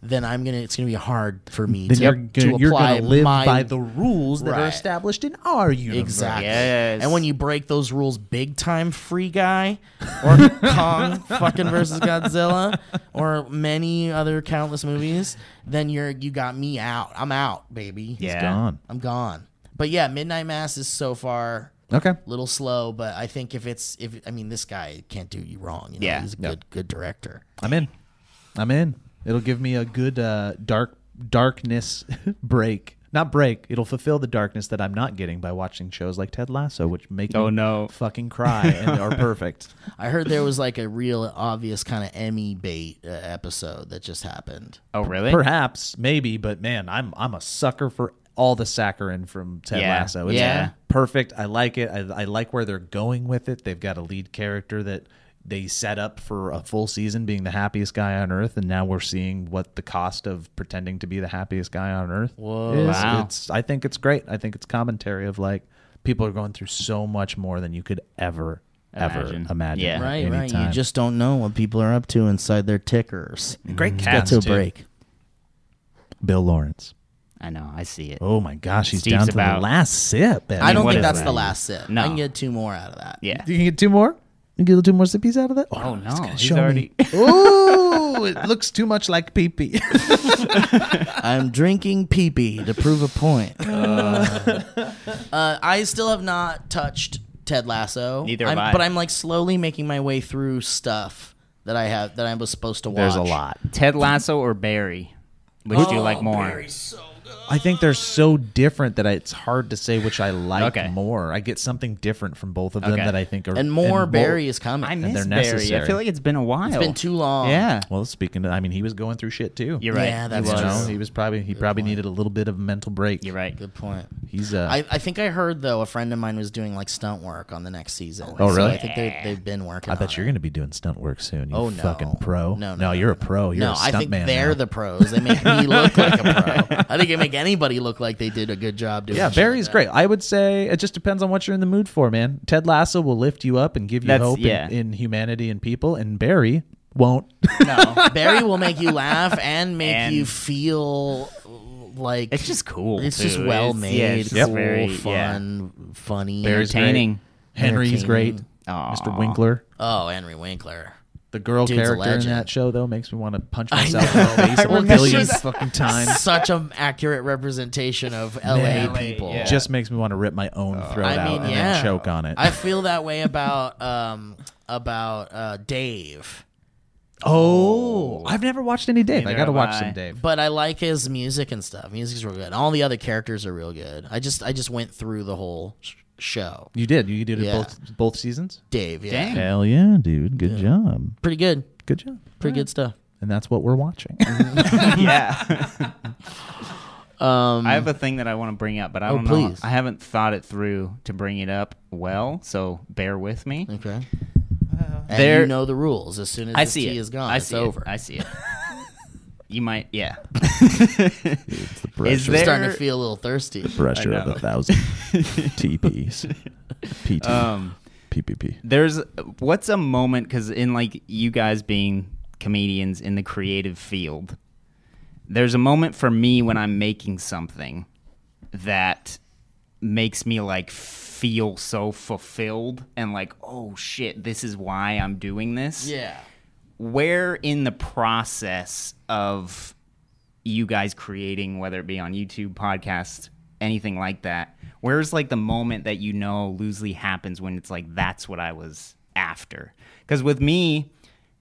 B: Then I'm gonna. It's gonna be hard for me
C: Then
B: to,
C: you're
B: to
C: gonna, you're
B: apply
C: gonna live
B: my
C: by the rules that are
B: Right.
C: established in our universe.
B: Exactly.
D: Yes.
B: And when you break those rules big time, free guy or Kong fucking versus Godzilla or many other countless movies, then you're you got me out. I'm out, baby.
D: Yeah.
C: Gone.
B: I'm gone. But yeah, Midnight Mass is so far
C: Okay.
B: a little slow, but I think if it's if I mean this guy can't do you wrong. You know?
D: Yeah.
B: He's a
C: Yeah.
B: good good director.
C: I'm in. I'm in. It'll give me a good uh, dark darkness break. Not break. It'll fulfill the darkness that I'm not getting by watching shows like Ted Lasso, which make
D: Oh,
C: me
D: no.
C: fucking cry and are perfect.
B: I heard there was like a real obvious kind of Emmy bait uh, episode that just happened.
D: oh really?
C: Perhaps, maybe, but man, I'm I'm a sucker for all the saccharin from Ted
D: Yeah.
C: Lasso. It's
D: Yeah.
C: perfect. I like it. I, I like where they're going with it. They've got a lead character that they set up for a full season being the happiest guy on earth, and now we're seeing what the cost of pretending to be the happiest guy on earth. Whoa! Is.
D: Wow.
C: It's I think it's great. I think it's commentary of like people are going through so much more than you could ever.
D: Imagine.
C: Ever imagine
D: Yeah.
C: at
B: Right,
C: any
B: right. You
C: time.
B: just don't know what people are up to inside their tickers.
D: Mm-hmm.
C: great
B: Get
C: cast
B: to a
C: too.
B: break.
C: Bill Lawrence.
D: I know. I see it.
C: Oh my gosh, he's
D: Steve's
C: down to
D: about-
C: the last sip. mean,
B: I don't
D: what
B: think
D: is
B: that's
D: that?
B: the last sip.
D: No.
B: I can get two more out of that.
D: Yeah.
C: You can get two more. You can get two more sippies out of that.
D: Oh no.
C: gonna
D: He's
C: show me.
D: already.
C: Ooh, it looks too much like pee pee.
B: I'm drinking pee Uh, pee to prove a point. Uh, I still have not touched Ted Lasso.
D: Neither
B: I'm,
D: have I.
B: But I'm like slowly making my way through stuff that I have that I was supposed to watch.
A: There's a lot.
D: Ted Lasso or Barry? Which do you
C: Oh,
D: like more?
C: I think they're so different that I, it's hard to say which I like
D: Okay.
C: more. I get something different from both of them
D: Okay.
C: that I think are
B: And more
C: bo-
B: Barry is coming.
D: I
C: they're
D: miss Barry. I
C: necessary.
D: feel like it's been a while.
B: it's been too long.
D: Yeah,
C: Well, speaking, of, I mean, he was going through shit too.
D: you're right.
B: Yeah, that's
D: He was.
C: You know,
B: true.
C: he was probably he probably needed a little bit of a mental break.
D: You're right.
B: Good point.
C: He's uh,
B: I, I think I heard though a friend of mine was doing like stunt work on the next season.
C: Oh,
B: So
C: really?
B: I think they they've been working.
C: I
B: on
C: bet
B: it.
C: you're going to be doing stunt work soon. You
B: Oh no,
C: fucking pro.
B: No, no,
C: you're a pro. You're
B: no,
C: a
B: I
C: stunt
B: think
C: man.
B: they're the pros. They make me look like a pro. I think they make anybody look like they did a good job doing.
C: yeah,
B: shit
C: Barry's
B: like that.
C: great. I would say it just depends on what you're in the mood for, man. Ted Lasso will lift you up and give you
D: That's-
C: hope in-
D: yeah.
C: in, humanity and people, and Barry won't.
D: No,
B: Barry will make you laugh and make
D: And-
B: you feel like
D: it's just cool.
B: It's
D: too.
B: just well made,
D: Yeah, it's just
B: cool,
D: very yeah.
B: fun, funny.
C: Barry's great.
D: entertaining.
C: Henry's great.
B: Entertaining.
D: Aw.
C: Mr. Winkler,
B: oh, Henry Winkler.
C: the girl
B: Dude's a
C: character in
B: legend.
C: that show, though, makes me want to punch
B: I
C: myself in the
B: know.
C: face
B: I
C: a
B: remember
C: billion
B: that.
C: fucking times.
B: Such an accurate representation of LA
C: Man.
B: people.
D: Yeah.
C: Just makes me want to rip my own throat
B: Uh, I
C: out
B: mean,
C: and
B: yeah.
C: then choke on it.
B: I feel that way about um about uh, Dave,
C: oh, I've never watched any Dave. I
D: Neither
C: got to
D: have
C: watch
D: I.
C: some Dave.
B: but I like his music and stuff. Music's real good. All the other characters are real good. I just I just went through the whole sh- show.
C: You did. You did it
B: Yeah.
C: both both seasons.
B: Dave, yeah,
D: Dang.
C: Hell yeah, dude. Good job.
B: pretty good,
C: Good job.
B: pretty good stuff.
C: And that's what we're watching.
D: yeah.
B: Um,
D: I have a thing that I want to bring up, but I
B: Oh,
D: don't know.
B: please.
D: I haven't thought it through to bring it up well, so bear with me.
B: okay. and
D: There-
B: you know the rules. As soon as
D: I
B: this
D: see
B: tea
D: it.
B: is gone,
D: I
B: it's
D: see it.
B: over.
D: I see it. you might, yeah.
C: pressure.
D: Is there?
B: starting to feel a little thirsty.
C: Pressure of a thousand TPs. PT.
D: Um,
C: PPP.
D: there's what's a moment because in like you guys being comedians in the creative field there's a moment for me when i'm making something that makes me like feel so fulfilled and like oh shit this is why i'm doing this
B: Yeah.
D: where in the process of you guys creating whether it be on youtube podcast anything like that where's like the moment that you know loosely happens when it's like that's what i was after because with me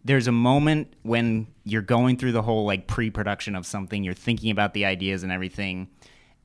D: there's a moment when you're going through the whole like pre-production of something you're thinking about the ideas and everything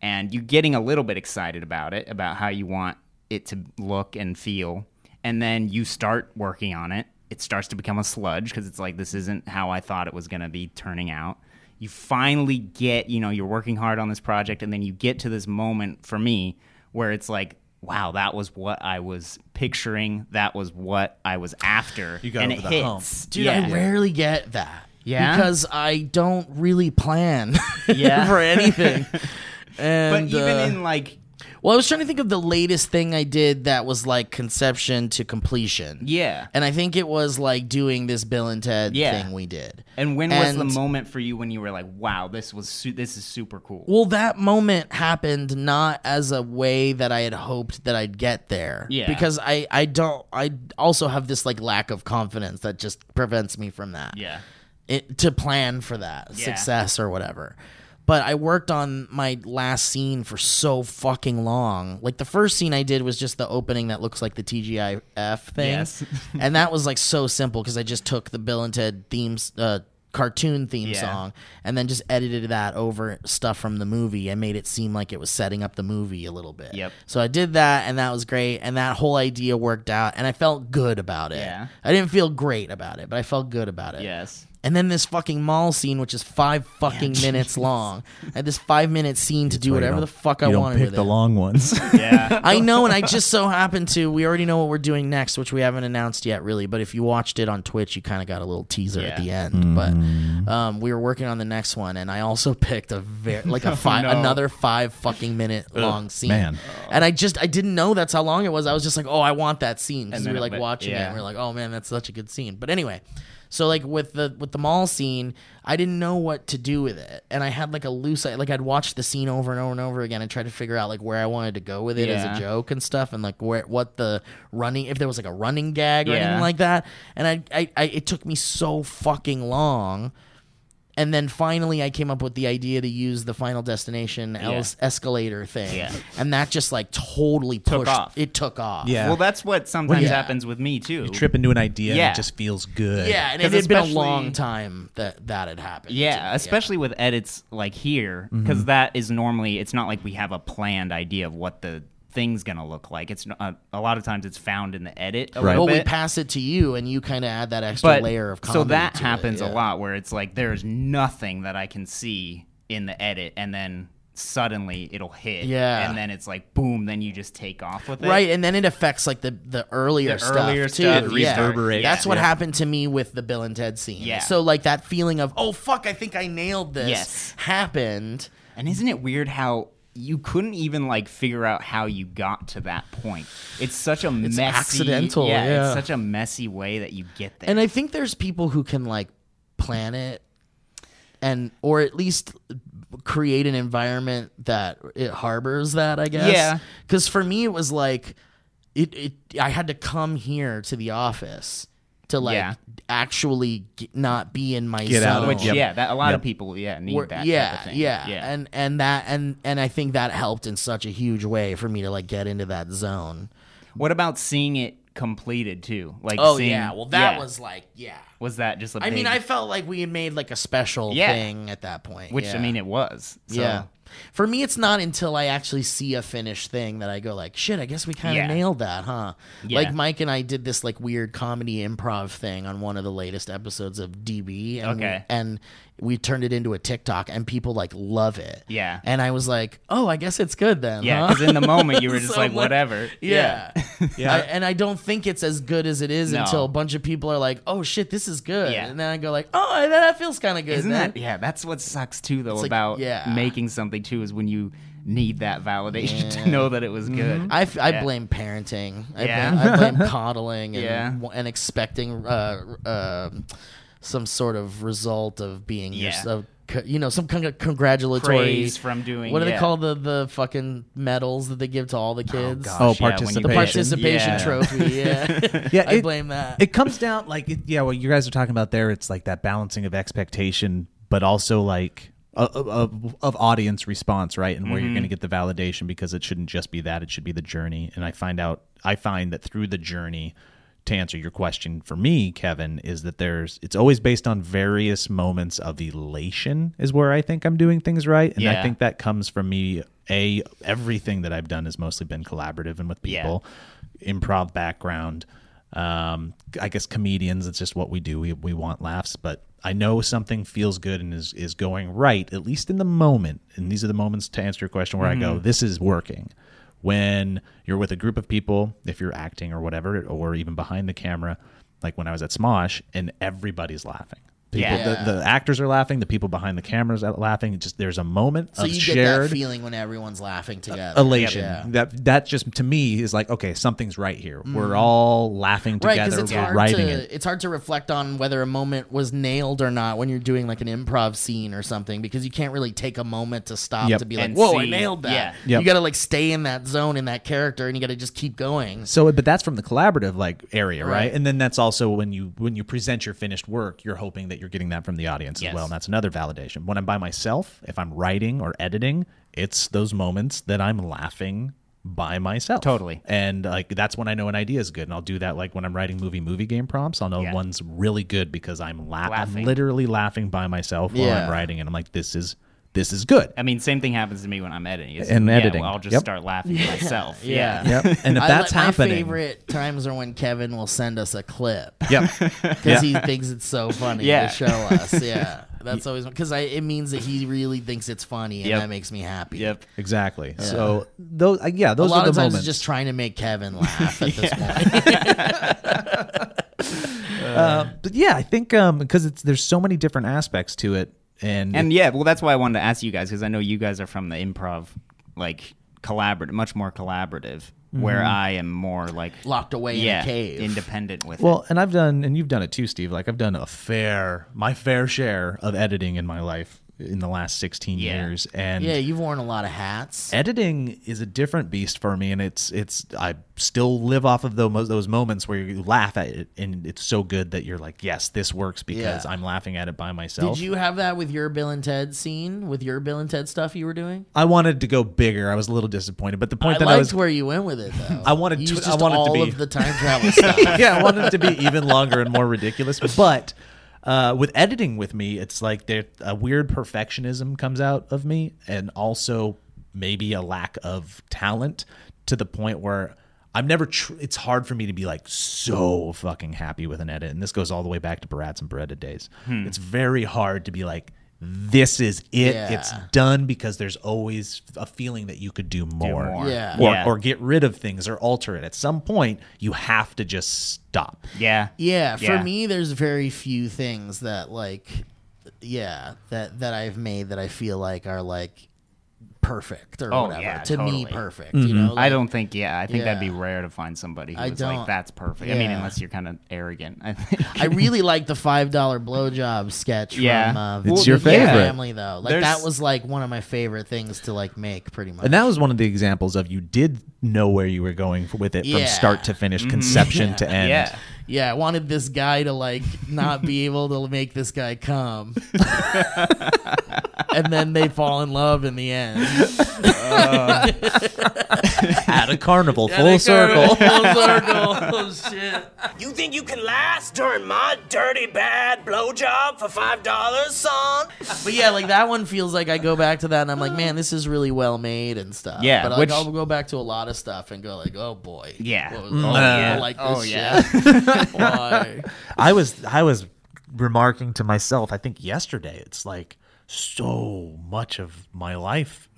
D: and you're getting a little bit excited about it about how you want it to look and feel and then you start working on it it starts to become a sludge because it's like this isn't how i thought it was going to be turning out you finally get you know you're working hard on this project and then you get to this moment for me where it's like wow that was what i was picturing that was what i was after
C: You got
D: and
C: over
D: it
C: the hump.
D: hits
B: Dude,
D: yeah
B: I rarely get that.
D: Yeah?
B: Because I don't really plan
D: Yeah.
B: for anything.
D: but
B: And,
D: even
B: uh,
D: in like
B: well, I was trying to think of the latest thing I did that was like conception to completion.
D: yeah
B: And I think it was like doing this Bill and Ted
D: Yeah.
B: thing we did.
D: and when was
B: and-
D: the moment for you when you were like wow this was su- this is super cool
B: Well, that moment happened not as a way that I had hoped that I'd get there.
D: Yeah.
B: Because I, I don't, I also have this like lack of confidence that just prevents me from that.
D: yeah
B: it, to plan for that
D: Yeah.
B: success or whatever. But I worked on my last scene for so fucking long. Like the first scene I did was just the opening that looks like the TGIF thing,
D: Yes.
B: and that was like so simple because I just took the Bill and Ted themes. Uh, cartoon theme
D: Yeah.
B: song and then just edited that over stuff from the movie and made it seem like it was setting up the movie a little bit
D: Yep.
B: so i did that and that was great and that whole idea worked out and i felt good about it
D: Yeah.
B: i didn't feel great about it but i felt good about it
D: yes
B: and then this fucking mall scene, which is five fucking minutes long. I had this five minute scene to do whatever the fuck I
C: you
B: wanted
C: Don't pick
B: with
C: the
B: it.
C: long ones.
D: yeah
B: I know, and I just so happened to. We already know what we're doing next, which we haven't announced yet, really. But if you watched it on Twitch, you kind of got a little teaser at
D: Yeah.
B: the end. But um, we were working on the next one, and I also picked a very like a five another five fucking minute long scene.
C: man.
B: and I just I didn't know that's how long it was. I was just like, oh, I want that scene
D: And
B: because we
D: then
B: were
D: it
B: like
D: went-
B: watching it.
D: yeah.
B: And we were like, oh man, that's such a good scene. But anyway, so like with the with the mall scene, I didn't know what to do with it, and I had like a loose like I'd watch the scene over and over and over again and try to figure out like where I wanted to go with it
D: Yeah.
B: as a joke and stuff, and like where what the running if there was like a running gag or
D: Yeah.
B: anything like that. And I, I, I it took me so fucking long. And then finally, I came up with the idea to use the Final Destination es- escalator thing,
D: Yeah.
B: and that just like totally
D: Took
B: pushed.
D: off.
B: It took off.
C: Yeah.
D: Well, that's what sometimes
B: Yeah.
D: happens with me too.
C: You trip into an idea
D: Yeah.
C: and it just feels good.
B: yeah, and it
D: 'Cause
B: had been a
D: especially-
B: long time that that had happened.
D: Yeah, especially with edits like here,
C: Mm-hmm.
D: because is normally it's not like we have a planned idea of what the thing's gonna look like. It's not, a lot of times it's found in the edit. A
C: Right.
D: little
B: Well, we
D: bit.
B: pass it to you, and you kind of add that extra
D: but
B: layer of.
D: so
B: comedy
D: that
B: to it,
D: happens
B: yeah.
D: a lot where it's like there's nothing that I can see in the edit, and then suddenly it'll hit.
B: Yeah.
D: and then it's like boom, then you just take off with it.
B: Right, and then it affects like the the earlier
D: The
B: stuff
D: earlier
B: too.
D: stuff,
B: yeah.
D: it reverberates,
B: That's what
D: yeah.
B: happened to me with the Bill and Ted scene.
D: Yeah.
B: So like that feeling of oh fuck, I think I nailed this.
D: Yes.
B: Happened.
D: And isn't it weird how you couldn't even like figure out how you got to that point? It's such a messy,
B: accidental, yeah.
D: it's such a messy way that you get there.
B: And I think there's people who can like plan it and or at least create an environment that it harbors that, I guess.
D: Yeah.
B: Cuz for me it was like it, it I had to come here to the office to like
D: Yeah.
B: actually g not be in my
C: Get
B: zone.
C: out of-
D: which
C: Yep.
D: yeah, that a lot
C: Yep.
D: of people yeah need
B: Where-
D: that. type
B: yeah,
D: of thing.
B: yeah,
D: yeah.
B: and and that and and I think that helped in such a huge way for me to like get into that zone.
D: what about seeing it completed too? Like
B: Oh
D: seeing-
B: yeah, well that
D: yeah.
B: was like yeah.
D: was that just a
B: I mean,
D: big-
B: I felt like we had made like a special
D: Yeah.
B: thing at that point,
D: which
B: yeah.
D: I mean it was so.
B: yeah. For me, it's not until I actually see a finished thing that I go like, "Shit, I guess we kind of
D: Yeah.
B: nailed that, huh?"
D: Yeah.
B: Like Mike and I did this like weird comedy improv thing on one of the latest episodes of DB, and
D: Okay.
B: we, and we turned it into a TikTok, and people like love it.
D: Yeah.
B: and I was like, "Oh, I guess it's good then."
D: Yeah,
B: huh?"
D: because in the moment you were just
B: Uh-huh. So
D: like
B: I'm
D: whatever.
B: Yeah.
C: Yeah.
B: I- and I don't think it's as good as it is
D: No.
B: until a bunch of people are like, "Oh shit, this is good,"
D: Yeah.
B: and then I go like, "Oh, that feels kind of good."
D: Isn't
B: then."
D: that yeah? That's what sucks too, though,
B: It's like,
D: about
B: yeah.
D: making something too is when you need that validation to know that it was good.
B: I, f- I
D: Yeah.
B: blame parenting. I,
D: Yeah.
B: blame, I blame coddling and,
D: Yeah.
B: and expecting uh, uh, some sort of result of being
D: Yeah.
B: yourself. co- You know, some kind of congratulatory
D: Praise from doing-
B: What do they
D: yeah.
B: call the the fucking medals that they give to all the kids?
C: Oh,
D: yeah, when you
C: participation.
D: get-
B: Participation
D: Yeah.
B: trophy. Yeah,
C: Yeah,
B: I
C: it-
B: blame that.
C: It comes down like it, yeah, what you guys are talking about there. It's like that balancing of expectation, but also like of, of, of audience response, right? And where you're going to get the validation because it shouldn't just be that; it should be the journey. And I find out, I find that through the journey. To answer your question for me, Kevin, is that there's it's always based on various moments of elation, is where I think I'm doing things right. And I
D: Yeah.
C: think that comes from me. A, everything that I've done has mostly been collaborative and with
D: Yeah.
C: people improv background. Um, I guess comedians, it's just what we do. We, we want laughs, but I know something feels good and is, is going right, at least in the moment. And these are the moments to answer your question where
D: Mm-hmm.
C: I go, this is working. When you're with a group of people, if you're acting or whatever, or even behind the camera, like when I was at Smosh and everybody's laughing. People,
D: Yeah.
C: the, the actors are laughing, the people behind the cameras are laughing. It's just there's a moment
B: so
C: of
B: you get that
C: shared
B: feeling when everyone's laughing together.
C: elation.
B: Yeah.
C: That that just to me is like, okay, something's right here. We're all laughing
B: Mm. Right,
C: together.
B: it's
C: We're
B: hard
C: writing
B: to
C: it.
B: it's hard to reflect on whether a moment was nailed or not when you're doing like an improv scene or something because you can't really take a moment to stop
C: Yep.
B: to be like,
D: And
B: "Whoa, I
D: see-
B: nailed that."
D: yeah.
C: Yep.
B: You got to like stay in that zone in that character and you got to just keep going.
C: So, but that's from the collaborative like area, right?
B: Right.
C: And then that's also when you when you present your finished work, you're hoping that you're getting that from the audience as
D: Yes.
C: well. And that's another validation. When I'm by myself, if I'm writing or editing, it's those moments that I'm laughing by myself.
D: Totally.
C: And like that's when I know an idea is good. And I'll do that like when I'm writing movie movie game prompts, I'll know
D: Yeah.
C: one's really good because I'm la- I'm
D: Laughing.
C: literally laughing by myself while
B: Yeah.
C: I'm writing and I'm like this is this is good.
D: I mean, same thing happens to me when I'm editing. It's-
C: And
D: yeah,
C: editing.
D: I'll just
C: Yep.
D: start laughing myself.
B: Yeah.
D: Yeah.
C: Yep. And if
B: I-
C: that's
B: my
C: happening,
B: favorite times are when Kevin will send us a clip
C: yep.
B: because he thinks it's so funny
D: Yeah.
B: to show us. Yeah, that's always because I it means that he really thinks it's funny and
D: Yep.
B: that makes me happy.
D: Yep.
C: Exactly. So those, uh, yeah, those
B: a lot
C: are
B: of
C: the
B: times
C: moments.
B: it's just trying to make Kevin laugh at this point.
C: Uh, but yeah, I think because it's there's so many different aspects to it, and,
D: And yeah, well, that's why I wanted to ask you guys because I know you guys are from the improv, like collaborative, much more collaborative, where I am more like
B: Mm-hmm. Locked away
D: yeah,
B: in a cave.
D: independent with
C: well, and I've done, and you've done it too, Steve. Like I've done a fair, my fair share of editing in my life. in the last 16
D: Yeah.
C: years and
B: Yeah, you've worn a lot of hats.
C: editing is a different beast for me and it's it's i still live off of those, those moments where you laugh at it and it's so good that you're like yes this works because
B: Yeah.
C: i'm laughing at it by myself
B: Did you have that with your Bill and Ted scene with your Bill and Ted stuff you were doing?
C: i wanted to go bigger i was a little disappointed but the point
B: I
C: that
B: liked
C: i was
B: where you went with it though.
C: I wanted
B: you
C: to-
B: used
C: I
B: just
C: wanted to
B: all
C: be-
B: of the time travel stuff.
C: yeah, I want it to be even longer and more ridiculous. But uh, with editing with me, it's like there a weird perfectionism comes out of me, and also maybe a lack of talent to the point where I'm never. Tr- it's hard for me to be like so fucking happy with an edit, and this goes all the way back to Barat's and Beretta days. It's very hard to be like. This is it.
B: Yeah.
C: It's done because there's always a feeling that you could do more,
D: more.
B: Yeah.
C: Or,
D: Yeah.
C: or get rid of things or alter it. At some point, you have to just stop.
D: Yeah.
B: Yeah, for
D: Yeah.
B: me, there's very few things that like, yeah, that that I've made that I feel like are like perfect or
D: Oh,
B: whatever.
D: yeah,
B: to me,
D: totally.
B: perfect. You
C: Mm-hmm.
B: know,
D: I
B: like-
D: don't think. Yeah, I think that'd be
B: Yeah.
D: rare to find somebody
B: I
D: who's
B: don't-
D: like that's perfect. I mean,
B: yeah.
D: unless you're kind of arrogant. I think.
B: I really like the five dollar blowjob sketch
D: Yeah.
B: from uh,
D: It's
B: Well,
C: your
B: the Gay
C: favorite.
B: family though. Like
D: There's-
B: that was like one of my favorite things to like make pretty much.
C: And that was one of the examples of you did know where you were going with it
B: Yeah.
C: from start to finish, conception to end.
D: yeah.
B: yeah, I wanted this guy to like not be able to make this guy come, and then they fall in love in the end.
C: At a carnival, full circle.
B: Full circle. Oh shit.
A: You think you can last during my dirty bad blowjob for five dollars, son?
B: But yeah, like that one feels like I go back to that and I'm like, man, this is really well made and stuff.
D: Yeah,
B: but like,
D: which-
B: I'll go back to a lot of stuff and go like, oh boy,
D: Yeah.
B: What was-
D: Mm.
B: oh,
D: Uh,
B: I like this
D: oh,
B: shit.
D: yeah.
B: Why?
C: I was I was remarking to myself, I think yesterday, it's like so much of my life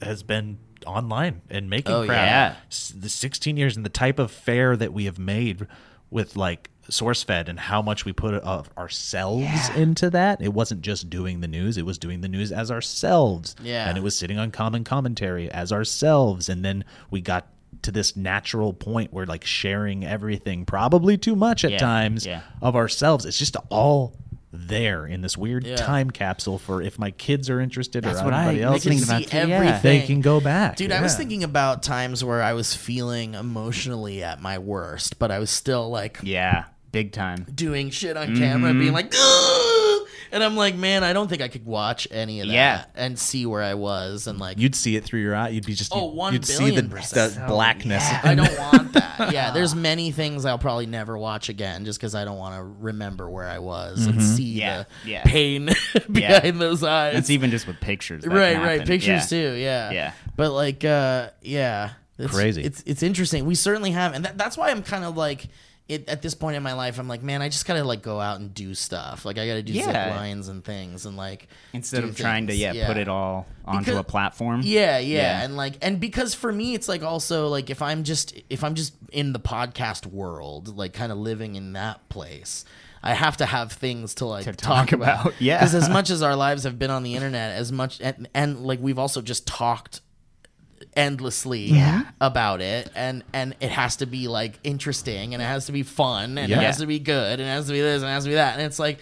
C: has been online and making
B: Oh,
C: crap.
D: yeah.
C: S- The 16 years and the type of fare that we have made with like SourceFed and how much we put of ourselves into that. It wasn't just doing the news, it was doing the news as ourselves.
B: Yeah.
C: And it was sitting on common commentary as ourselves. And then we got to this natural point where like sharing everything probably too much at
D: Yeah,
C: times
D: yeah.
C: of ourselves. It's just all there in this weird
B: Yeah.
C: time capsule for if my kids are interested
D: That's
C: or
D: what I-
C: anybody else.
D: they can
C: is-
D: see
B: everything.
C: They can go back.
B: Dude, I was
C: Yeah.
B: thinking about times where I was feeling emotionally at my worst, but I was still like
D: Yeah. Big time.
B: doing shit on camera, being like, "Ugh!" and I'm like, man, I don't think I could watch any of that
D: Yeah.
B: and see where I was and like
C: You'd see it through your eye. You'd be just
B: Oh,
C: you'd,
B: one
C: you'd see the,
B: billion percent.
C: the blackness.
B: I don't want that. Yeah, there's many things I'll probably never watch again just because I don't want to remember where I was and see
D: Yeah,
B: the
D: yeah.
B: pain behind those eyes.
D: It's even just with pictures. that
B: right,
D: can
B: right.
D: happen.
B: Pictures
D: Yeah.
B: too. Yeah,
D: Yeah.
B: But like, uh, yeah, it's,
C: Crazy.
B: It's it's interesting. We certainly have, and that, that's why I'm kind of like. It, at this point in my life, I'm like, man, I just gotta like go out and do stuff. Like, I gotta do zip
D: Yeah.
B: lines and things, and like
D: Instead
B: do
D: of trying to
B: things.
D: yeah, put it all onto
B: Because-
D: a platform.
B: Yeah, yeah,
D: Yeah.
B: and like, and because for me, it's like also like if I'm just if I'm just in the podcast world, like kind of living in that place, I have to have things to like talk,
D: talk
B: about.
D: about. Yeah.
B: because as much as our lives have been on the internet, as much and, and like we've also just talked endlessly about it and and it has to be like interesting and it has to be fun and
C: Yeah.
B: it has to be good and it has to be this and it has to be that and it's like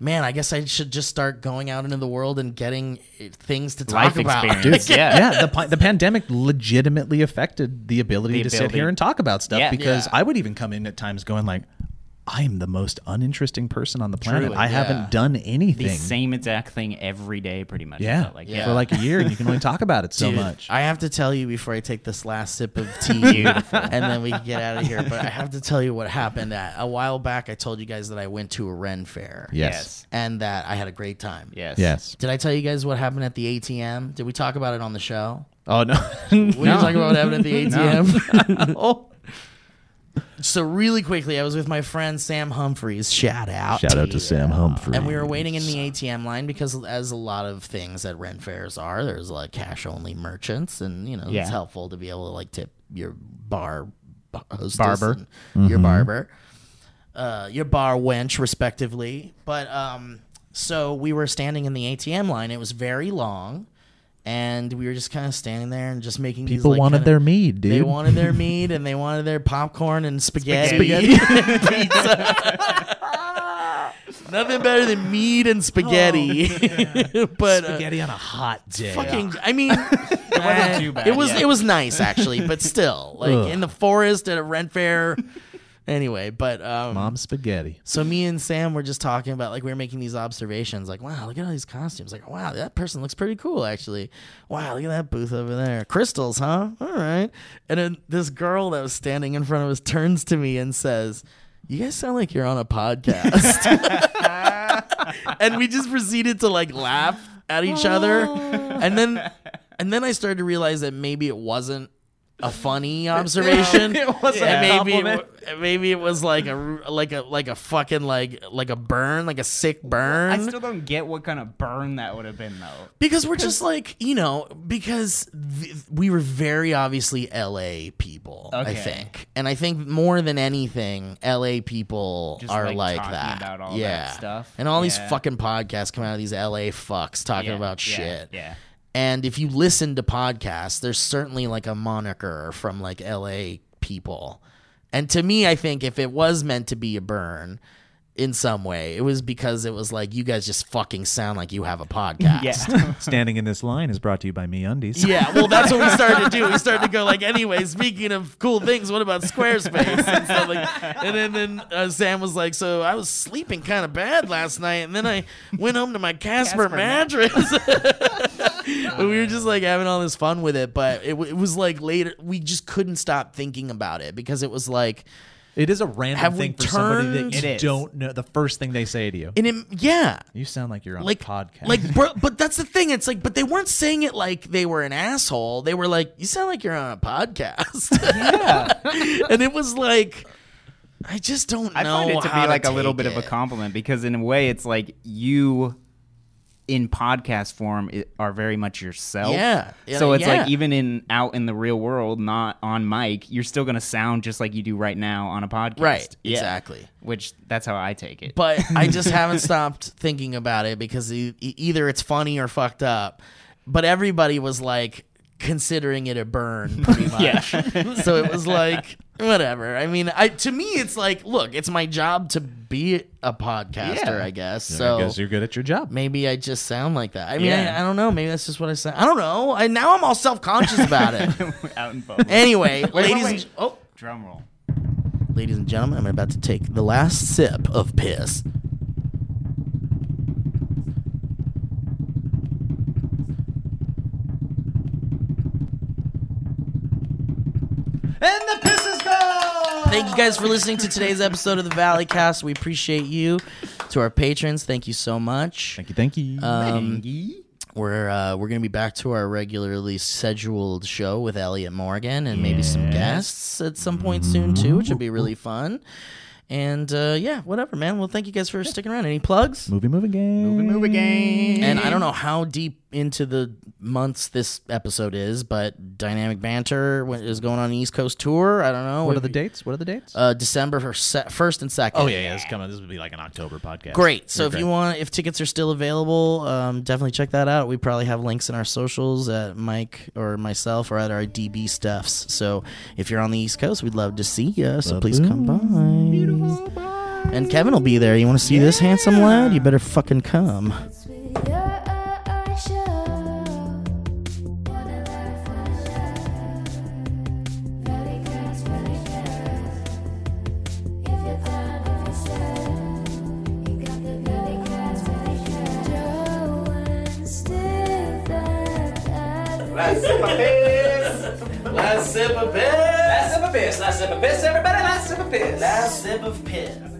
B: man i guess i should just start going out into the world and getting eh, things to talk
D: Life
B: about
D: experience. yeah.
C: yeah, the pa- the pandemic legitimately affected the ability
D: The
C: to sit
D: ability-
C: here and talk about stuff
D: Yeah.
C: because
B: Yeah.
C: I would even come in at times going like, "I am the most uninteresting person on the planet.
B: Truly,
C: I
B: yeah.
C: haven't done
D: The
C: anything."
D: same exact thing every day, pretty much. I
C: yeah,
D: felt Like,
B: Yeah.
C: for like a year, and you can only talk about it so
B: Dude,
C: much.
B: I have to tell you before I take this last sip of tea, and then we can get out of here. But I have to tell you what happened. Uh, A while back, I told you guys that I went to a Ren fair.
C: yes,
B: And that I had a great time.
D: Yes.
C: yes.
B: Did I tell you guys what happened at the ATM? Did we talk about it on the show?
C: Oh no,
B: We didn't talk about what happened at the ATM. So really quickly, I was with my friend Sam Humphreys. Shout out.
C: Shout out to Sam Humphrey.
B: And we were waiting in the ATM line because, as a lot of things at rent fairs are, there's like cash only merchants, and you know
D: Yeah.
B: it's helpful to be able to like tip your bar b- hostess
D: Barber.
B: and your
C: Mm-hmm.
B: barber, uh, your bar wench, respectively. But um, so we were standing in the ATM line. It was very long, and we were just kind of standing there and just making these,
C: People
B: like,
C: wanted
B: kinda-
C: their mead, dude.
B: They wanted their mead and they wanted their popcorn and spaghetti.
D: Spaghetti.
B: and pizza. Nothing better than meat and spaghetti. but uh,
C: Spaghetti on a hot day.
B: fucking, I mean, it wasn't
D: too bad,
B: It was
D: yeah.
B: it was nice actually, but still, like in the forest at a rent fair. anyway, but um,
C: Mom spaghetti.
B: so me and Sam were just talking about like we were making these observations, like wow, look at all these costumes, like wow, that person looks pretty cool actually. Wow, look at that booth over there, crystals, huh? All right. And then this girl that was standing in front of us turns to me and says, "You guys sound like you're on a podcast." and we just proceeded to like laugh at each other,
F: Oh.
B: and then and then I started to realize that maybe it wasn't a funny observation.
F: It wasn't
B: And
F: a
B: maybe it,
F: compliment.
B: w- maybe it was like a r- like a like a fucking like like a burn, like a sick burn.
D: I still don't get what kind of burn that would have been though.
B: because we're just like you know because th- we were very obviously LA people. I
D: Okay.
B: think, and I think more than anything, LA people
D: Just,
B: are
D: like,
B: like,
D: talking
B: that.
D: about all that
B: yeah,
D: stuff.
B: and all these
D: Yeah.
B: fucking podcasts come out of these LA fucks talking
D: Yeah,
B: about
D: yeah,
B: shit.
D: Yeah.
B: And if you listen to podcasts, there's certainly like a moniker from like LA people. And to me, I think if it was meant to be a burn in some way, it was because it was like, you guys just fucking sound like you have a podcast.
D: Yeah.
C: Standing in this line is brought to you by Me Undies.
B: Yeah, well, that's what we started to do. We started to go like, anyway. Speaking of cool things, what about Squarespace and stuff like? And then then uh, Sam was like, so I was sleeping kind of bad last night, and then I went home to my Casper,
D: Casper
B: mattress. But we were just like having all this fun with it, but it, w- it was like later we just couldn't stop thinking about it because it was like,
C: It is a random
B: Have we
C: thing for somebody
B: turned-
C: that you
D: It is.
C: don't know. The first thing they say to you.
B: and it, yeah,
C: You sound like you're on
B: like
C: a podcast.
B: Like, bro, but that's the thing. It's like, but they weren't saying it like they were an asshole. They were like, "You sound like you're on a podcast." Yeah, and it was like, I just don't know.
D: I find it to
B: how
D: be like a little
B: take
D: bit of a
B: it.
D: compliment because in a way it's like you in podcast form i- are very much yourself.
B: Yeah. Yeah,
D: So it's
B: yeah.
D: like even in out in the real world, not on mic, you're still gonna sound just like you do right now on a podcast.
B: Right,
D: Yeah.
B: exactly.
D: Which that's how I take it.
B: But I just haven't stopped thinking about it because e- e- either it's funny or fucked up. But everybody was like considering it a burn, pretty much. so it was like whatever i mean i to me it's like look it's my job to be a podcaster
D: Yeah.
B: i guess so
C: because you're good at your job.
B: maybe I just sound like that. I mean,
D: Yeah.
B: I, I don't know. Maybe that's just what I sound. I don't know. I, now I'm all self conscious about it.
D: out in public.
B: Anyway, ladies
D: wait,
B: and
D: wait.
B: ge- oh,
D: Drum roll.
B: ladies and gentlemen, I'm about to take the last sip of piss.
F: And the piss is gone.
B: Thank you guys for listening to today's episode of the Valley Cast. We appreciate you. To our patrons, thank you so much.
C: Thank you. Thank you.
B: Um, we're uh, we're gonna be back to our regularly scheduled show with Elliot Morgan and maybe some guests at some point soon too, which would be really fun. And uh, yeah, whatever, man. Well, thank you guys for sticking around. Any plugs?
C: movie, movie game. Movie, movie game.
B: And I don't know how deep into the months this episode is, but Dynamic Banter wa- is going on an East Coast tour. I don't know.
C: What are the dates? What are the dates?
B: Uh, December first and second.
C: oh yeah, yeah. It's coming. This would be like an October podcast.
B: Great. So if you want, if tickets are still available, um, definitely check that out. We probably have links in our socials at Mike or myself or at our DB stuffs. So if you're on the East Coast, we'd love to see you. So please come by. Beautiful. And Kevin will be there. You want to see this handsome lad? You better fucking come.
A: uh, Last sip of piss.
B: Last sip of piss.
A: Last sip of piss. Last sip of piss. Everybody, last sip of piss.
B: sip of piss.